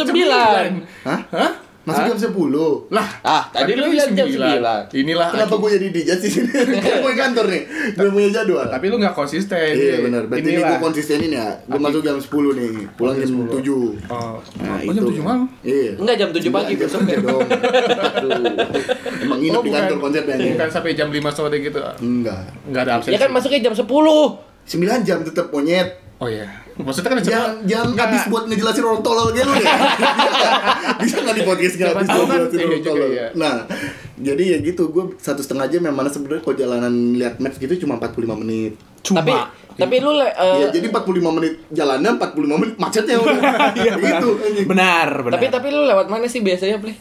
Speaker 1: 9.
Speaker 2: Hah?
Speaker 3: Hah?
Speaker 2: Masuk jam 10.
Speaker 3: Lah,
Speaker 1: Ah, tadi lu bilang jam 9.
Speaker 3: Inilah
Speaker 2: Kenapa
Speaker 3: aki-
Speaker 2: gue jadi dijat di sini? Kan gue kantor nih, udah punya jadwal.
Speaker 3: Tapi lu nggak konsisten.
Speaker 2: iya benar. Berarti ini
Speaker 3: Inilah.
Speaker 2: gue konsistenin ya. Gue masuk jam 10 nih, pulang jam 7.
Speaker 3: Oh, oh, jam 7
Speaker 2: Nah,
Speaker 3: malam.
Speaker 2: Iya.
Speaker 1: Enggak jam 7 pagi
Speaker 2: Jam
Speaker 1: besoknya.
Speaker 2: kerja dong. Aduh. Emang nginep
Speaker 3: Oh,
Speaker 2: di
Speaker 3: bukan.
Speaker 2: kantor konsepnya nih.
Speaker 3: Bukan sampai jam 5 sore gitu.
Speaker 2: Enggak.
Speaker 3: Enggak ada absensi.
Speaker 1: Ya kan masuknya jam 10.
Speaker 2: 9 jam tetap monyet.
Speaker 3: Oh iya. Maksudnya kan
Speaker 2: Jangan jangan
Speaker 3: Enggak.
Speaker 2: habis buat ngejelasin orang tolol gitu ya. Bisa nggak di podcast nggak
Speaker 3: Siapa
Speaker 2: habis
Speaker 3: tahu
Speaker 2: buat
Speaker 3: kan?
Speaker 2: ngejelasin
Speaker 3: Iya
Speaker 2: orang
Speaker 3: juga,
Speaker 2: tolol.
Speaker 3: iya.
Speaker 2: Nah, jadi ya gitu gue satu setengah jam yang mana sebenarnya kalau jalanan lihat maps gitu cuma 45 menit.
Speaker 1: Tapi tapi lu le- eh,
Speaker 2: Iya, jadi 45 menit jalannya, 45 menit macetnya udah. Iya, gitu. anjing.
Speaker 4: Benar, benar.
Speaker 1: tapi tapi lu lewat mana sih biasanya, Pli?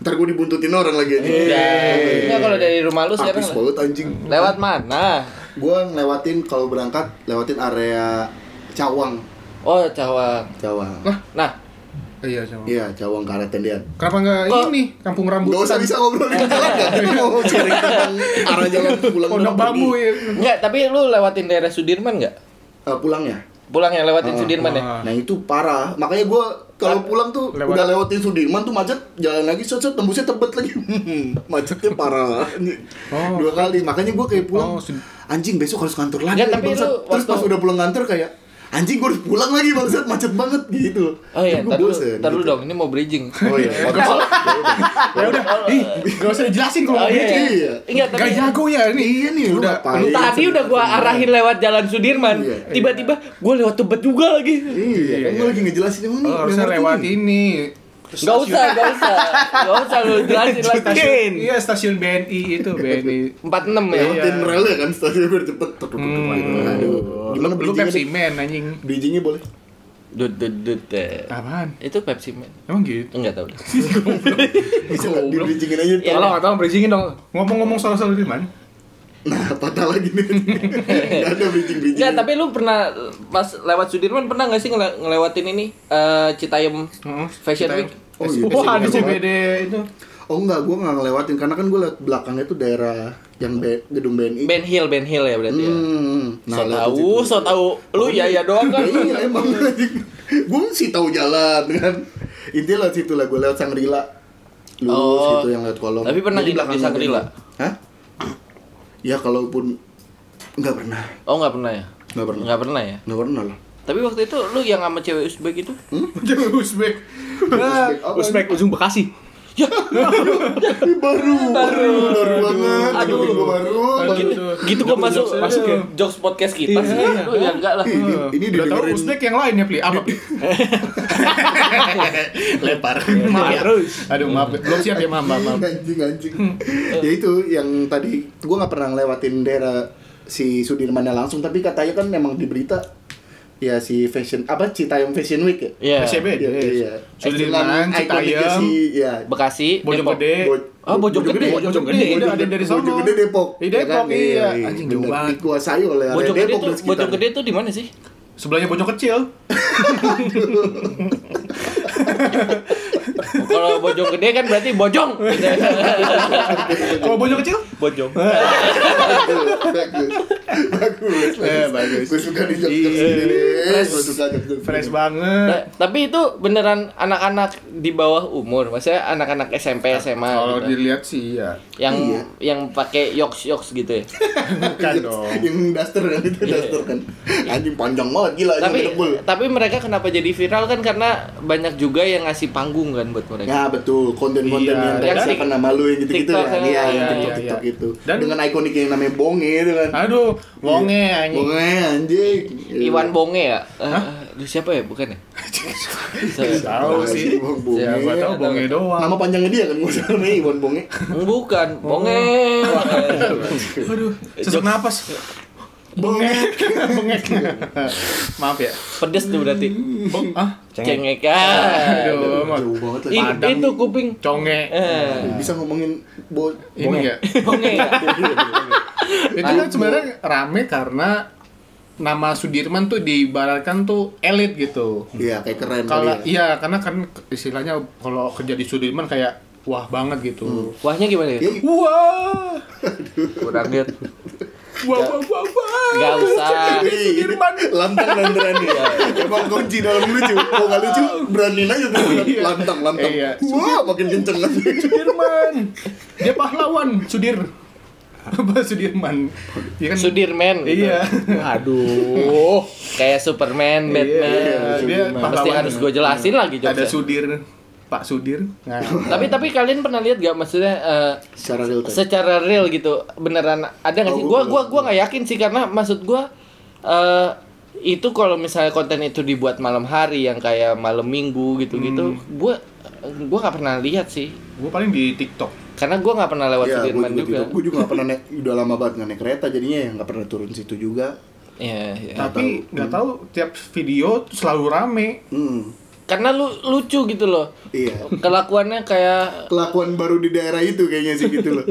Speaker 2: Ntar gue dibuntutin orang lagi anjing. Eh.
Speaker 1: Ya kalau dari rumah lu sekarang
Speaker 2: Apis
Speaker 1: le-
Speaker 2: banget anjing.
Speaker 1: lewat mana?
Speaker 2: Gue ngelewatin kalau berangkat lewatin area Cawang.
Speaker 1: Oh, Cawang.
Speaker 2: Cawang.
Speaker 1: Nah,
Speaker 3: Iya, sama.
Speaker 2: Iya, Cawang ke arah Tendian.
Speaker 3: Kenapa enggak
Speaker 1: Kok-
Speaker 3: ini kampung rambut?
Speaker 2: Gak usah bisa ngobrol di jalan gak? Kita mau sharing tentang arah jalan pulang
Speaker 3: Pondok
Speaker 2: dan
Speaker 3: bambu
Speaker 2: pergi.
Speaker 3: ya.
Speaker 1: enggak, tapi lu lewatin daerah Sudirman enggak?
Speaker 2: Eh, pulangnya.
Speaker 1: Pulang yang lewatin Sudirman ya?
Speaker 3: Ah.
Speaker 2: Nah itu parah. Makanya gue kalau pulang tuh
Speaker 3: Lewat.
Speaker 2: udah lewatin Sudirman tuh macet, jalan lagi set-set tembusnya tebet lagi. Macetnya parah. Ini
Speaker 3: Oh.
Speaker 2: Dua kali. Makanya gue kayak pulang.
Speaker 3: Oh, Sud-
Speaker 2: Anjing besok harus kantor lagi.
Speaker 1: Ya, tapi
Speaker 2: bangsat.
Speaker 1: lu
Speaker 2: Terus
Speaker 1: waktu-
Speaker 2: pas udah pulang kantor kayak anjing gue harus pulang lagi bangsat macet banget gitu.
Speaker 1: Oh iya,
Speaker 2: gue
Speaker 1: ntar lu,
Speaker 2: bosen.
Speaker 1: ntar lu
Speaker 2: gitu.
Speaker 1: dong, ini mau bridging.
Speaker 2: Oh iya.
Speaker 3: Ya udah, ih, enggak usah dijelasin kalau
Speaker 1: Oh,
Speaker 3: mau
Speaker 1: iya.
Speaker 3: bridging.
Speaker 2: Iya.
Speaker 1: Enggak, tapi
Speaker 3: Gak jago ya ini.
Speaker 2: Iya nih, lu
Speaker 3: udah
Speaker 2: ngapain?
Speaker 3: lu-
Speaker 1: tadi udah gua arahin lewat jalan Sudirman.
Speaker 2: Iya.
Speaker 1: Tiba-tiba gua lewat Tebet juga lagi.
Speaker 2: Iya, kan gue lagi ngejelasin emang nih,
Speaker 3: lu Oh, harusnya
Speaker 2: ngerti
Speaker 3: lewat
Speaker 2: nih.
Speaker 3: ini.
Speaker 1: Gak usah, gak usah. Gak usah lu jelasin lagi.
Speaker 4: Mungkin.
Speaker 3: Iya stasiun BNI itu BNI.
Speaker 1: 46 ya.
Speaker 2: Lewatin relnya kan stasiun biar cepet tertutup gitu. Aduh. Gimana
Speaker 3: Lu
Speaker 2: bridgingnya?
Speaker 3: Pepsi
Speaker 2: deh?
Speaker 3: Man anjing.
Speaker 2: Bridgingnya boleh.
Speaker 1: Dut dut dut. eh.
Speaker 3: Apaan?
Speaker 1: Itu Pepsi Man.
Speaker 3: Emang gitu.
Speaker 1: Enggak tahu. deh.
Speaker 2: Bisa nggak di bridgingin aja?
Speaker 1: Iya.
Speaker 4: Tolong, tolong bridgingin dong.
Speaker 3: Ngomong-ngomong soal soal Dirman,
Speaker 2: Nah, patah lagi nih. Gak ada bridging-bridging.
Speaker 1: Enggak, tapi lu pernah pas lewat Sudirman pernah nggak sih ngele- ngelewatin ini eh Citayam
Speaker 3: Heeh.
Speaker 1: Fashion
Speaker 3: Citayam.
Speaker 1: Week?
Speaker 2: Oh iya.
Speaker 3: Wah,
Speaker 2: Iya,
Speaker 3: ada CBD itu.
Speaker 2: Oh enggak, gue nggak ngelewatin karena kan gue liat belakangnya tuh daerah yang be- gedung BNI.
Speaker 1: Ben Hill, Ben Hill ya berarti ya.
Speaker 2: Hmm,
Speaker 1: So
Speaker 2: liat
Speaker 1: tahu,
Speaker 2: di situ.
Speaker 1: so tahu. Lu ya ya doang kan.
Speaker 2: Ya, iya emang gue sih tahu jalan kan. Intinya lewat situ lah, gue lewat Sangrila. Lurus
Speaker 1: Oh.
Speaker 2: gitu yang lewat kolom.
Speaker 1: Tapi pernah
Speaker 2: Jadi
Speaker 1: di-
Speaker 2: belakang
Speaker 1: di Sangrila?
Speaker 2: BNI. Hah? Ya kalaupun nggak pernah,
Speaker 1: Oh, nggak pernah ya.
Speaker 2: nggak pernah,
Speaker 1: Nggak pernah ya.
Speaker 2: nggak pernah lah.
Speaker 1: Tapi waktu itu lu yang sama cewek Uzbek itu?
Speaker 3: Cewek Uzbek.
Speaker 2: Apa
Speaker 4: Uzbek ujung Bekasi.
Speaker 2: Ini baru, baru, baru banget.
Speaker 1: Aduh.
Speaker 2: Gua baru.
Speaker 3: Aduh.
Speaker 1: Gitu, gitu gua masuk
Speaker 3: jokes-
Speaker 1: masuk
Speaker 3: jokes-
Speaker 1: ke jokes podcast kita sih. Lu ya enggak lah.
Speaker 2: Ini, ini
Speaker 3: Udah tahu
Speaker 2: didengerin
Speaker 3: Uzbek yang lain ya, Pli? Apa? Pli?
Speaker 2: lepar.
Speaker 4: Terus.
Speaker 3: Aduh, maaf. Belum siap ya, maaf, maaf. maaf.
Speaker 2: anjing anjing
Speaker 3: Hmm.
Speaker 2: ya itu yang tadi gua nggak pernah ngelewatin daerah si Sudirmannya langsung tapi katanya kan memang di berita ya si fashion apa Citayam Fashion Week ya
Speaker 1: Iya.
Speaker 3: CBD.
Speaker 2: Iya, iya.
Speaker 3: Sudirman,
Speaker 2: Dengan ikoniknya
Speaker 3: Citayam, Oh,
Speaker 2: si ya
Speaker 1: Bekasi, Depok.
Speaker 3: Bojonggede.
Speaker 2: Bo-
Speaker 1: Ah, Bojonggede.
Speaker 3: Bojonggede. Ada ada dari sono.
Speaker 2: Bojonggede Depok.
Speaker 3: Di Depok,
Speaker 2: Ya
Speaker 3: iya.
Speaker 2: iya,
Speaker 3: Anjing,
Speaker 2: bener.
Speaker 3: jauh banget.
Speaker 2: Dikuasai oleh area
Speaker 1: Bojonggede
Speaker 2: Depok
Speaker 1: tuh,
Speaker 2: dan sekitarnya.
Speaker 1: Bojonggede tuh di mana sih?
Speaker 3: Sebelahnya Bojong Kecil.
Speaker 1: Kalau Bojonggede kan berarti bojong. gitu ya.
Speaker 3: Kalau Bojong Kecil?
Speaker 1: bojong.
Speaker 2: bagus bagus
Speaker 3: Eh, bagus.
Speaker 2: gue suka di jokes
Speaker 3: Iya.
Speaker 2: sendiri
Speaker 1: Fresh.
Speaker 2: gue suka jokes
Speaker 3: Fresh banget.
Speaker 1: Ta- Nah, tapi itu beneran anak-anak di bawah umur, maksudnya anak-anak SMP SMA
Speaker 3: Kalau
Speaker 1: gitu.
Speaker 3: dilihat sih iya.
Speaker 1: yang
Speaker 2: Iya.
Speaker 1: yang pakai yoks yoks gitu ya.
Speaker 3: Bukan Iya dong.
Speaker 2: yang daster kan itu daster kan anjing panjang banget gila ini
Speaker 1: tapi
Speaker 2: ngedebul.
Speaker 1: tapi mereka kenapa jadi viral kan karena banyak juga yang ngasih panggung kan buat mereka.
Speaker 2: Ya betul, konten-konten
Speaker 3: Iya,
Speaker 2: yang
Speaker 1: dan
Speaker 2: tadi siapa
Speaker 1: tik-
Speaker 2: nama lu yang gitu-gitu
Speaker 1: TikTok,
Speaker 2: kan.
Speaker 1: iya,
Speaker 2: Iya, yang
Speaker 1: iya,
Speaker 2: TikTok-TikTok
Speaker 3: iya.
Speaker 2: itu.
Speaker 3: Dan-
Speaker 2: Dengan ikonik yang namanya Bonge itu kan.
Speaker 3: Aduh, wonge anjing.
Speaker 2: Bonge anjing. Iya.
Speaker 1: Iwan Bonge ya? Eh, aduh, siapa ya? Bukan ya? Saya-
Speaker 3: Tahu sih.
Speaker 2: Bang Bonge. Iya,
Speaker 3: Siapa Iya, tahu bonge doang.
Speaker 2: Nama panjangnya dia kan gue sama Iwan Bonge.
Speaker 1: Bukan, Bonge.
Speaker 3: Aduh, sesak napas.
Speaker 2: Bonge.
Speaker 3: Bengek. Maaf ya.
Speaker 1: Pedes tuh berarti.
Speaker 3: Bong ah.
Speaker 1: Cengek. Ah.
Speaker 3: Aduh, maaf.
Speaker 2: Jauh banget
Speaker 1: Ih,
Speaker 2: lagi.
Speaker 1: itu kuping.
Speaker 3: Conge.
Speaker 1: Eh,
Speaker 2: Bisa ngomongin bo
Speaker 3: Ini ya.
Speaker 1: Bonge ya?
Speaker 3: Itu kan sebenarnya rame karena nama Sudirman tuh diibaratkan tuh elit gitu.
Speaker 2: Iya, kayak keren
Speaker 3: Kalau
Speaker 2: kali ya.
Speaker 3: iya karena kan istilahnya kalau kerja di Sudirman kayak wah banget gitu.
Speaker 1: Wahnya gimana ya?
Speaker 2: Ya,
Speaker 3: Wah.
Speaker 1: Kurang gitu.
Speaker 3: Wah wah wah wah.
Speaker 1: Gak usah.
Speaker 2: Ih, Iya. lantang dan berani ya. Emang kunci dalam lucu. Kalau nggak lucu, berani aja tuh. Lantang, lantang.
Speaker 3: Iya.
Speaker 2: Wah, makin kenceng lagi.
Speaker 3: Sudirman. Dia pahlawan Sudir. Apa Sudirman? Iya kan?
Speaker 1: Sudirman. gitu.
Speaker 3: Iya.
Speaker 4: Aduh.
Speaker 1: Kayak Superman, Batman.
Speaker 3: Iya, dia pahlawan. Iya.
Speaker 1: Pasti harus gue jelasin lagi
Speaker 3: Ada
Speaker 1: jokesnya.
Speaker 3: Sudir, Pak Sudir. Nah,
Speaker 1: Tapi tapi kalian pernah lihat gak maksudnya eh,
Speaker 2: Secara real time.
Speaker 1: secara real gitu beneran ada nggak
Speaker 2: Oh,
Speaker 1: sih?
Speaker 2: gua
Speaker 1: Gua gua gua nggak yakin sih karena maksud gua eh, itu kalau misalnya konten itu dibuat malam hari yang kayak malam minggu gitu-gitu, gua gua nggak pernah lihat sih
Speaker 3: gue paling di TikTok.
Speaker 1: karena gua nggak pernah lewat
Speaker 2: Iya, gue
Speaker 1: Sudirman
Speaker 2: juga,
Speaker 1: juga.
Speaker 2: juga. Gue juga gak pernah naik, udah lama banget gak naik kereta jadinya ya gak pernah turun situ juga.
Speaker 1: Iya, iya.
Speaker 3: Tapi nggak tahu tiap video tuh selalu rame.
Speaker 2: Hmm,
Speaker 1: Karena lu lucu gitu loh.
Speaker 2: iya.
Speaker 1: Kelakuannya kayak
Speaker 2: Kelakuan baru di daerah itu kayaknya sih gitu loh.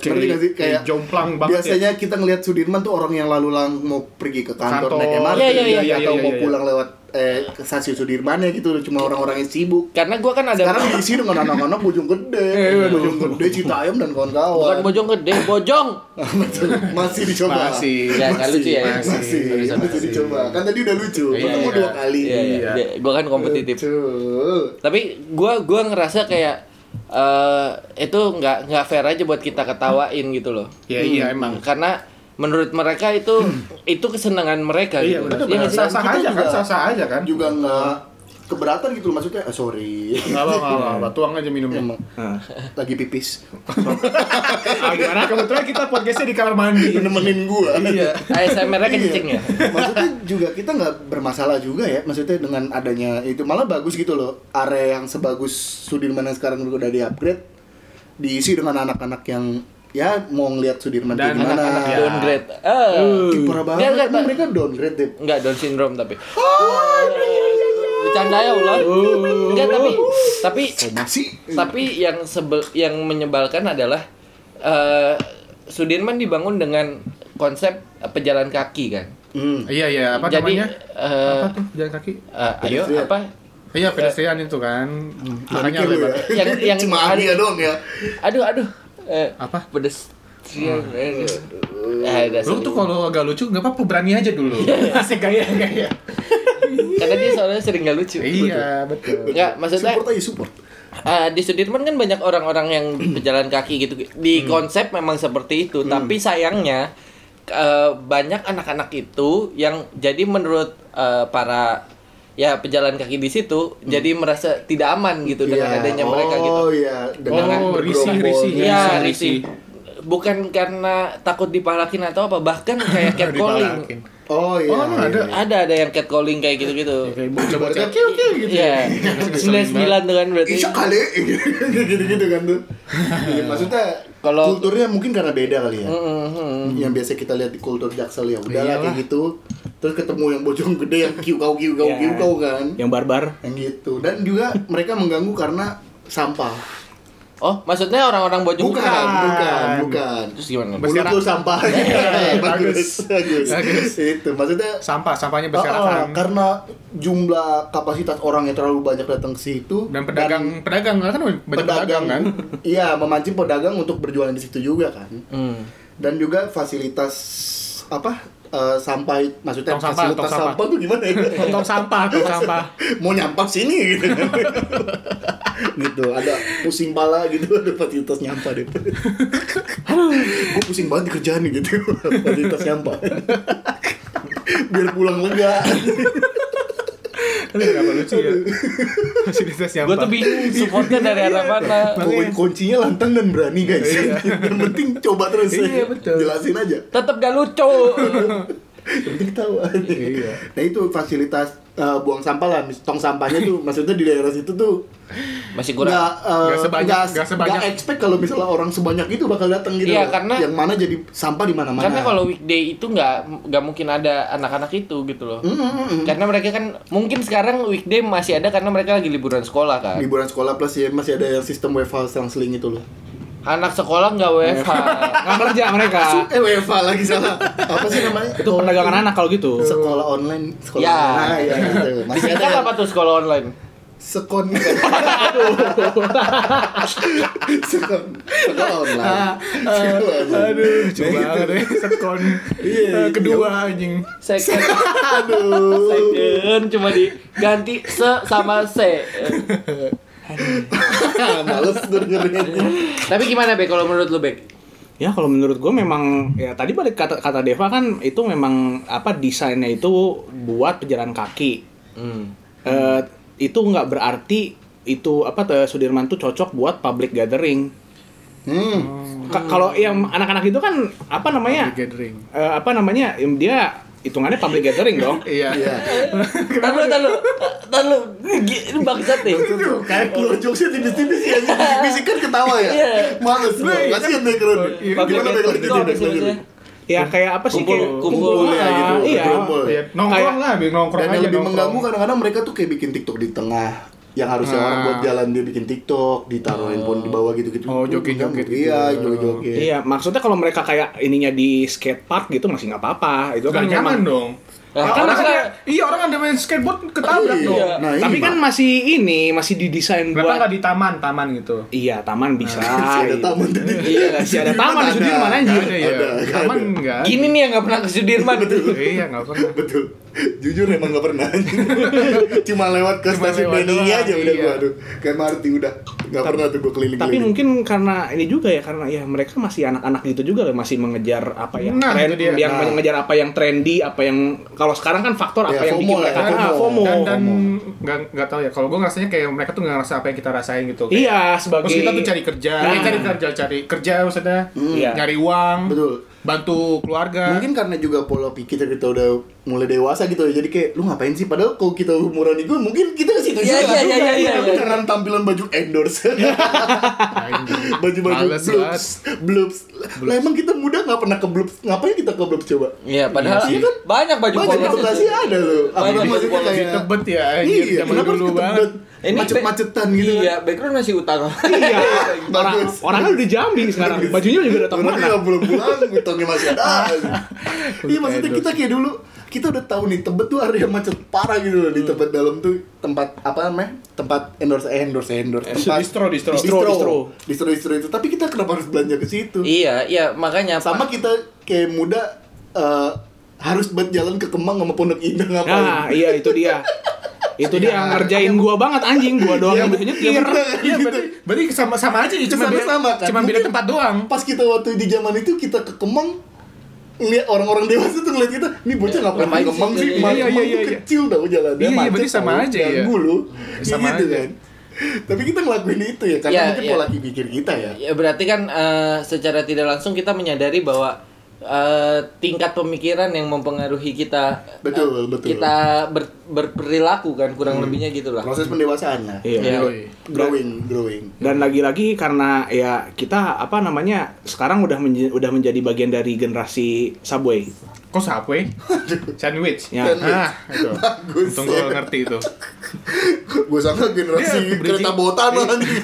Speaker 2: Ngerti gak sih?
Speaker 3: Kayak- kayak
Speaker 2: Kayak
Speaker 3: jomplang banget ya.
Speaker 2: Biasanya kita ngelihat Sudirman tuh orang yang lalu lang mau pergi ke kantor,
Speaker 3: Kantor.
Speaker 2: naik MRT
Speaker 1: Iya, iya, iya,
Speaker 3: iya,
Speaker 2: atau
Speaker 3: iya,
Speaker 2: mau
Speaker 3: iya.
Speaker 2: pulang lewat eh, ke stasiun Sudirman ya gitu loh. Cuma orang-orang yang sibuk.
Speaker 1: karena gua kan ada
Speaker 2: Sekarang diisi dengan anak-anak Bojong Gede, Bojong Gede, Citayam dan
Speaker 1: Iya, bukan
Speaker 2: kawan-kawan.
Speaker 1: bojong gede, bojong.
Speaker 2: Betul. masih dicoba.
Speaker 3: Masih.
Speaker 1: Ya, nggak lucu ya.
Speaker 2: Masih,
Speaker 1: Sorry,
Speaker 2: masih,
Speaker 1: sorry.
Speaker 2: dicoba. Kan tadi udah lucu.
Speaker 1: Iya,
Speaker 2: Ketemu
Speaker 1: iya.
Speaker 2: dua kali.
Speaker 1: Iya, iya.
Speaker 3: Iya.
Speaker 1: Dia- Gua kan kompetitif.
Speaker 2: Betul.
Speaker 1: tapi gua gua ngerasa kayak eh itu nggak nggak fair aja buat kita ketawain gitu loh
Speaker 3: Ya iya emang.
Speaker 1: karena menurut mereka itu itu kesenangan mereka
Speaker 3: Iya
Speaker 1: gitu
Speaker 3: benar.
Speaker 1: Iya nggak sih?
Speaker 3: sah sah
Speaker 2: Kita
Speaker 3: aja kan,
Speaker 2: juga-
Speaker 3: sah sah aja kan.
Speaker 2: Juga nggak keberatan gitu loh maksudnya ah, sorry
Speaker 3: Nggak apa-apa, nggak
Speaker 1: Iya.
Speaker 3: apa Tuang aja minumnya.
Speaker 2: emang
Speaker 4: Nah,
Speaker 2: lagi pipis
Speaker 4: ah, gimana?
Speaker 3: Kebetulan kita podcastnya di kamar mandi.
Speaker 2: nemenin gua
Speaker 3: Iya.
Speaker 1: ASMR-nya kenceng ya.
Speaker 2: maksudnya juga kita nggak bermasalah juga ya maksudnya dengan adanya itu malah bagus gitu loh area yang sebagus Sudirman yang sekarang udah di upgrade diisi dengan anak-anak yang ya mau ngeliat Sudirman kayak
Speaker 3: Dan
Speaker 2: gimana Iya.
Speaker 3: anak-anak yang-
Speaker 1: Downgrade.
Speaker 3: Hmm.
Speaker 1: Eh.
Speaker 2: Ih, parah banget
Speaker 1: Nggak, nggak,
Speaker 2: emang
Speaker 1: nggak.
Speaker 2: mereka downgrade deh
Speaker 1: Enggak Down syndrome tapi.
Speaker 3: Oh, iya,
Speaker 1: Bercanda ya ular.
Speaker 3: Uh.
Speaker 1: Enggak tapi tapi
Speaker 2: masih
Speaker 1: tapi yang sebel yang menyebalkan adalah eh Sudirman dibangun dengan konsep pejalan kaki kan.
Speaker 2: hmm.
Speaker 3: Iya iya apa
Speaker 1: Jadi
Speaker 3: namanya?
Speaker 1: eh,
Speaker 3: apa tuh jalan kaki?
Speaker 1: eh, ayo
Speaker 2: Pedestrian.
Speaker 1: apa
Speaker 3: Iya pedestrian itu kan. Makanya
Speaker 2: Nggak Hmm. mikir lu
Speaker 3: lebar.
Speaker 2: ya?
Speaker 1: Yang- yang-
Speaker 2: cuma Adia doang ya
Speaker 1: aduh aduh eh,
Speaker 3: Apa? Hmm.
Speaker 1: pedestrian eh, eh, dasar
Speaker 3: Lu tuh kalau agak lucu nggak apa-apa berani aja dulu.
Speaker 2: Iya,
Speaker 3: Asik gaya gaya.
Speaker 1: karena dia soalnya sering gak lucu
Speaker 3: Iya betul.
Speaker 1: Nggak, maksudnya-
Speaker 2: support aja support
Speaker 1: Eh, di Sudirman kan banyak orang-orang yang pejalan kaki gitu. Di konsep memang seperti itu, tapi sayangnya eh, banyak anak-anak itu yang jadi menurut eh, para ya pejalan kaki di situ jadi merasa tidak aman gitu dengan
Speaker 2: Iya.
Speaker 1: adanya mereka gitu.
Speaker 2: oh iya dengan
Speaker 3: Oh risih
Speaker 2: bergerombol.
Speaker 3: risih.
Speaker 1: Iya,
Speaker 3: risih.
Speaker 1: risih. Bukan karena takut dipalakin atau apa, bahkan kayak
Speaker 3: Dipalakin.
Speaker 1: catcalling.
Speaker 2: oh iya
Speaker 3: Oh, emang
Speaker 2: iya,
Speaker 3: ada?
Speaker 2: iya.
Speaker 1: Ada ada yang catcalling kayak gitu-gitu.
Speaker 3: Kayak bocah-bocah
Speaker 2: Kiu, kiu,
Speaker 3: gitu.
Speaker 1: Iya. 99 tuh kan berarti.
Speaker 2: iya. Isya kali gitu-gitu kan tuh. Iya, maksudnya
Speaker 1: Kalau-
Speaker 2: kulturnya mungkin karena beda kali ya.
Speaker 1: Mm, mm.
Speaker 2: Yang biasa kita lihat di kultur Jaksel ya udahlah
Speaker 3: Iyalah.
Speaker 2: kayak gitu. Terus ketemu yang bojong gede yang kiu kau kiu kau
Speaker 4: Ya.
Speaker 3: Iya.
Speaker 2: kiu kau kan.
Speaker 4: Yang barbar.
Speaker 2: Yang gitu. Dan juga mereka mengganggu karena sampah.
Speaker 1: Oh, maksudnya orang-orang bojong
Speaker 2: Bukan, bukan, bukan.
Speaker 1: Terus gimana?
Speaker 2: Mulut lu sampah. bagus, bagus.
Speaker 3: Iya, Bagus.
Speaker 2: Itu maksudnya
Speaker 3: Sampah sampahnya
Speaker 2: Ah, ah,
Speaker 3: berserakan.
Speaker 2: karena jumlah kapasitas orang yang terlalu banyak datang ke situ
Speaker 3: Dan pedagang pedagang kan banyak pedagang kan.
Speaker 2: iya memancing pedagang untuk berjualan di situ juga kan
Speaker 1: Hmm.
Speaker 2: dan juga fasilitas apa eh, sampah maksudnya
Speaker 3: Tong sampah,
Speaker 2: fasilitas
Speaker 3: tong sampah.
Speaker 2: tuh gimana ya
Speaker 3: Tong sampah, tong sampah.
Speaker 2: mau nyampah sini gitu kan. gitu ada pusing pala gitu ada fasilitas nyampah deh gue pusing banget di kerjaan nih, gitu fasilitas nyampah biar pulang lega
Speaker 3: Tapi kenapa lucu ya? Fasilitas
Speaker 1: Gue
Speaker 3: nyampah.
Speaker 1: tuh bingung supportnya dari
Speaker 2: Iya.
Speaker 1: arah mana.
Speaker 2: Kun kuncinya lantang dan berani guys. Yang penting coba terus.
Speaker 3: Iya, betul.
Speaker 2: Jelasin aja.
Speaker 1: Tetap gak lucu.
Speaker 2: Yang penting tahu.
Speaker 3: Iya.
Speaker 2: Nah itu fasilitas eh, buang sampah lah, mis- tong sampahnya tuh maksudnya di daerah situ tuh
Speaker 1: Masih kurang.
Speaker 2: nggak eh,
Speaker 3: Nggak sebanyak-
Speaker 2: nggak-
Speaker 3: nggak sebanyak.
Speaker 2: nggak expect kalau misalnya orang sebanyak itu bakal datang gitu.
Speaker 1: Iya,
Speaker 2: loh.
Speaker 1: karena-
Speaker 2: yang mana jadi sampah di mana-mana.
Speaker 1: Karena kalau weekday itu nggak nggak mungkin ada anak-anak itu gitu loh.
Speaker 2: Mm, mm, mm.
Speaker 1: Karena mereka kan mungkin sekarang weekday masih ada karena mereka lagi liburan sekolah kan.
Speaker 2: liburan sekolah plus ya masih ada yang sistem WFH selang-seling itu loh.
Speaker 1: Anak sekolah nggak
Speaker 2: Iya.
Speaker 1: WFH.
Speaker 4: Nggak kerja mereka.
Speaker 2: Eh WFH lagi salah. Apa sih namanya?
Speaker 4: Ah. Itu perdagangan anak kalau gitu.
Speaker 2: Sekolah online, sekolah
Speaker 1: Ya.
Speaker 2: online. Ah, iya, gitu. Masih ada
Speaker 1: Singkat
Speaker 2: yang-
Speaker 1: Kan apa tuh sekolah online?
Speaker 2: sekon gitu. sekon sekolah online Sekolah online.
Speaker 3: Aduh, lucu banget ya. Sekon
Speaker 2: Iya,
Speaker 3: kedua anjing.
Speaker 1: Second,
Speaker 2: aduh
Speaker 1: second cuma diganti se sama se.
Speaker 2: males gue dengerin
Speaker 1: Tapi gimana Bek kalau menurut lu Bek?
Speaker 4: Ya kalau menurut gue memang ya tadi balik kata kata Deva kan itu memang apa desainnya itu buat pejalan kaki.
Speaker 1: Hmm.
Speaker 4: Eh, itu nggak berarti itu apa te- Sudirman tuh cocok buat public gathering.
Speaker 2: hmm
Speaker 4: Ka- Kalau yang anak-anak itu kan apa namanya?
Speaker 3: Public gathering.
Speaker 4: Eh, apa namanya? Em, Dia hitungannya public gathering dong.
Speaker 3: Iya.
Speaker 2: iya
Speaker 1: Tahan lu, tahan lu. Tahan lu. Gi- ini Bangsat nih.
Speaker 2: kayak keluar jokesnya tipis-tipis ya bisikan ketawa ya
Speaker 1: Iya.
Speaker 2: males gue kasihan deh kerudung
Speaker 1: Public
Speaker 2: gimana Bek,
Speaker 1: gathering
Speaker 2: lanjutin,
Speaker 1: itu apa
Speaker 2: Bek,
Speaker 1: sih maksudnya?
Speaker 2: lanjutin.
Speaker 4: Ya kayak apa sih?
Speaker 1: Kumpul-
Speaker 4: Kayak-
Speaker 1: kumpul
Speaker 2: ya gitu,
Speaker 4: Iya.
Speaker 2: bergerombol.
Speaker 3: Iya, Nongkrong
Speaker 4: Kayak-
Speaker 3: lah, Bing. nongkrong
Speaker 2: dan
Speaker 3: aja
Speaker 2: yang lebih
Speaker 3: nongkrong.
Speaker 2: mengganggu kadang-kadang mereka tuh kayak bikin tiktok di tengah yang harusnya
Speaker 3: Ah.
Speaker 2: orang buat jalan dia bikin tiktok ditaruh handphone di bawah gitu-gitu
Speaker 3: Oh, joget-joget gitu.
Speaker 2: iya joget-joget
Speaker 4: Iya, maksudnya kalau mereka kayak ininya di skate park gitu masih nggak apa-apa. Itu
Speaker 3: Gak
Speaker 4: kan
Speaker 3: nyaman
Speaker 4: memang.
Speaker 3: dong.
Speaker 1: Nah,
Speaker 3: Ya,
Speaker 1: kan
Speaker 3: orang
Speaker 1: maksudnya-
Speaker 3: ada- iya orang ada main skateboard
Speaker 2: Iya.
Speaker 3: ketabrak dong.
Speaker 2: Nah,
Speaker 4: Tapi
Speaker 2: ini,
Speaker 4: kan
Speaker 2: Mak.
Speaker 4: masih ini masih didesain
Speaker 3: Kenapa
Speaker 4: buat
Speaker 3: nggak di taman, taman gitu?
Speaker 4: Iya, taman bisa.
Speaker 2: Masih ada taman tadi.
Speaker 4: Iya, masih ada taman di Sudirman
Speaker 3: Nggak
Speaker 4: anjir.
Speaker 3: ada ya.
Speaker 2: Ada, nggak
Speaker 3: Taman nggak? ada.
Speaker 1: Gini nih yang nggak pernah ke Sudirman.
Speaker 3: Iya nggak pernah.
Speaker 2: Betul. Jujur emang gak pernah. Cuma lewat ke
Speaker 3: Cuma
Speaker 2: stasiun Benia
Speaker 3: lewat doang,
Speaker 2: aja udah
Speaker 3: iya.
Speaker 2: gua aduh. Kayak Marti udah. Gak pernah tuh gue keliling
Speaker 3: gitu.
Speaker 4: Tapi mungkin karena ini juga ya karena ya mereka masih anak-anak gitu juga loh masih mengejar apa yang
Speaker 3: Nah,
Speaker 4: tren,
Speaker 3: itu dia.
Speaker 4: yang
Speaker 2: Nah.
Speaker 4: mengejar apa yang trendy, apa yang kalau sekarang kan faktor
Speaker 2: Ya,
Speaker 4: apa yang
Speaker 2: FOMO
Speaker 4: bikin
Speaker 2: lah ya,
Speaker 4: mereka ah,
Speaker 2: FOMO.
Speaker 4: FOMO.
Speaker 3: dan dan
Speaker 4: Oh.
Speaker 3: nggak nggak tahu ya kalau gue ngerasanya kayak mereka tuh nggak ngerasa apa yang kita rasain gitu Kayak,
Speaker 4: Iya, sebagai
Speaker 3: terus kita tuh cari kerja
Speaker 4: Nah.
Speaker 3: eh, cari kerja cari kerja maksudnya
Speaker 4: Iya.
Speaker 3: nyari uang
Speaker 2: Hmm. Betul.
Speaker 3: bantu keluarga
Speaker 2: Mungkin karena juga pola pikir kita udah mulai dewasa gitu ya. Jadi kayak lu ngapain sih padahal kalau kita umuran itu mungkin kita ke situ
Speaker 1: Iya, iya,
Speaker 2: juga.
Speaker 1: iya, iya, iya,
Speaker 2: Tapi
Speaker 1: iya.
Speaker 2: karena tampilan baju endorse.
Speaker 3: Nah, Anjing.
Speaker 2: Baju-baju
Speaker 3: Males
Speaker 2: bloops, bloops. Lah emang kita muda nggak pernah ke bloops. Ngapain kita ke bloops coba?
Speaker 1: Iya, padahal
Speaker 2: Iya sih.
Speaker 1: banyak baju
Speaker 2: Baju
Speaker 1: polos.
Speaker 2: edukasi ada loh.
Speaker 1: Banyak
Speaker 2: Apalagi
Speaker 1: baju polos.
Speaker 2: maksudnya
Speaker 3: banget.
Speaker 2: kayak
Speaker 3: Ditebet ya anjir
Speaker 2: Iya,
Speaker 3: zaman
Speaker 2: kenapa
Speaker 3: dulu
Speaker 2: harus
Speaker 3: banget
Speaker 2: ketebet? Macet-macetan gitu. kan.
Speaker 1: Iya, background masih utang.
Speaker 4: Iya. orang
Speaker 2: Bagus.
Speaker 4: orangnya udah jambi sekarang. Bajunya juga udah tahu
Speaker 2: Orangnya
Speaker 4: mana.
Speaker 2: nggak pulang-pulang, utangnya masih ada. Iya maksudnya kita kayak dulu kita udah tahu nih tebet tuh area macet parah gitu loh di tebet dalam tuh tempat apa namanya tempat endorse eh, endorse endorse tempat
Speaker 3: distro, distro.
Speaker 2: distro
Speaker 4: Distro,
Speaker 2: distro distro distro itu tapi kita kenapa harus belanja ke situ
Speaker 1: iya, iya, makanya
Speaker 2: sama kita kayak muda eh, harus buat jalan ke Kemang sama Pondok Indah ngapain
Speaker 4: Nah, iya itu dia. Itu dia yang ngerjain gua banget anjing, gua doang yang bisa nyetir.
Speaker 3: Iya berarti, berarti sama sama aja ya
Speaker 2: Sama-
Speaker 3: cuma beda,
Speaker 2: sama kan?
Speaker 3: cuma beda
Speaker 2: Mungkin-
Speaker 3: tempat doang.
Speaker 2: pas kita waktu di zaman itu kita ke Kemang ngeliat orang-orang dewasa tuh ngeliat kita nih bocah ngapain
Speaker 1: ngapain
Speaker 2: ke Kemang
Speaker 1: sih?
Speaker 2: sih
Speaker 1: Iya,
Speaker 2: Kemang
Speaker 3: iya,
Speaker 2: Kemang
Speaker 3: iya,
Speaker 2: tuh
Speaker 3: iya.
Speaker 2: kecil tau jalannya
Speaker 3: Iya, iya,
Speaker 2: macet
Speaker 3: berarti sama
Speaker 2: tau,
Speaker 3: aja, iya.
Speaker 2: ganggu lu
Speaker 3: Iya, sama
Speaker 2: gitu
Speaker 3: aja.
Speaker 2: kan tapi kita ngelakuin itu ya karena
Speaker 1: Iya,
Speaker 2: mungkin
Speaker 1: iya.
Speaker 2: pola pikir kita ya
Speaker 1: ya berarti kan eh, secara tidak langsung kita menyadari bahwa eh, tingkat pemikiran yang mempengaruhi kita eh,
Speaker 2: Betul, betul. Hmm.
Speaker 1: kita ber- berperilaku kan kurang lebihnya gitulah
Speaker 2: proses pendewasaan lah
Speaker 4: Iya.
Speaker 1: Iya.
Speaker 3: Yoi.
Speaker 2: growing growing
Speaker 4: dan lagi-lagi karena ya kita apa namanya sekarang udah menje- udah menjadi bagian dari generasi subway
Speaker 3: Kok subway? Sandwich.
Speaker 4: Ya.
Speaker 3: Nah, itu.
Speaker 2: Bagus,
Speaker 3: Untung gue
Speaker 2: ya.
Speaker 3: ngerti itu.
Speaker 2: gue sangka generasi
Speaker 3: Iya,
Speaker 2: kereta
Speaker 3: bridging.
Speaker 2: bawah tanah anjing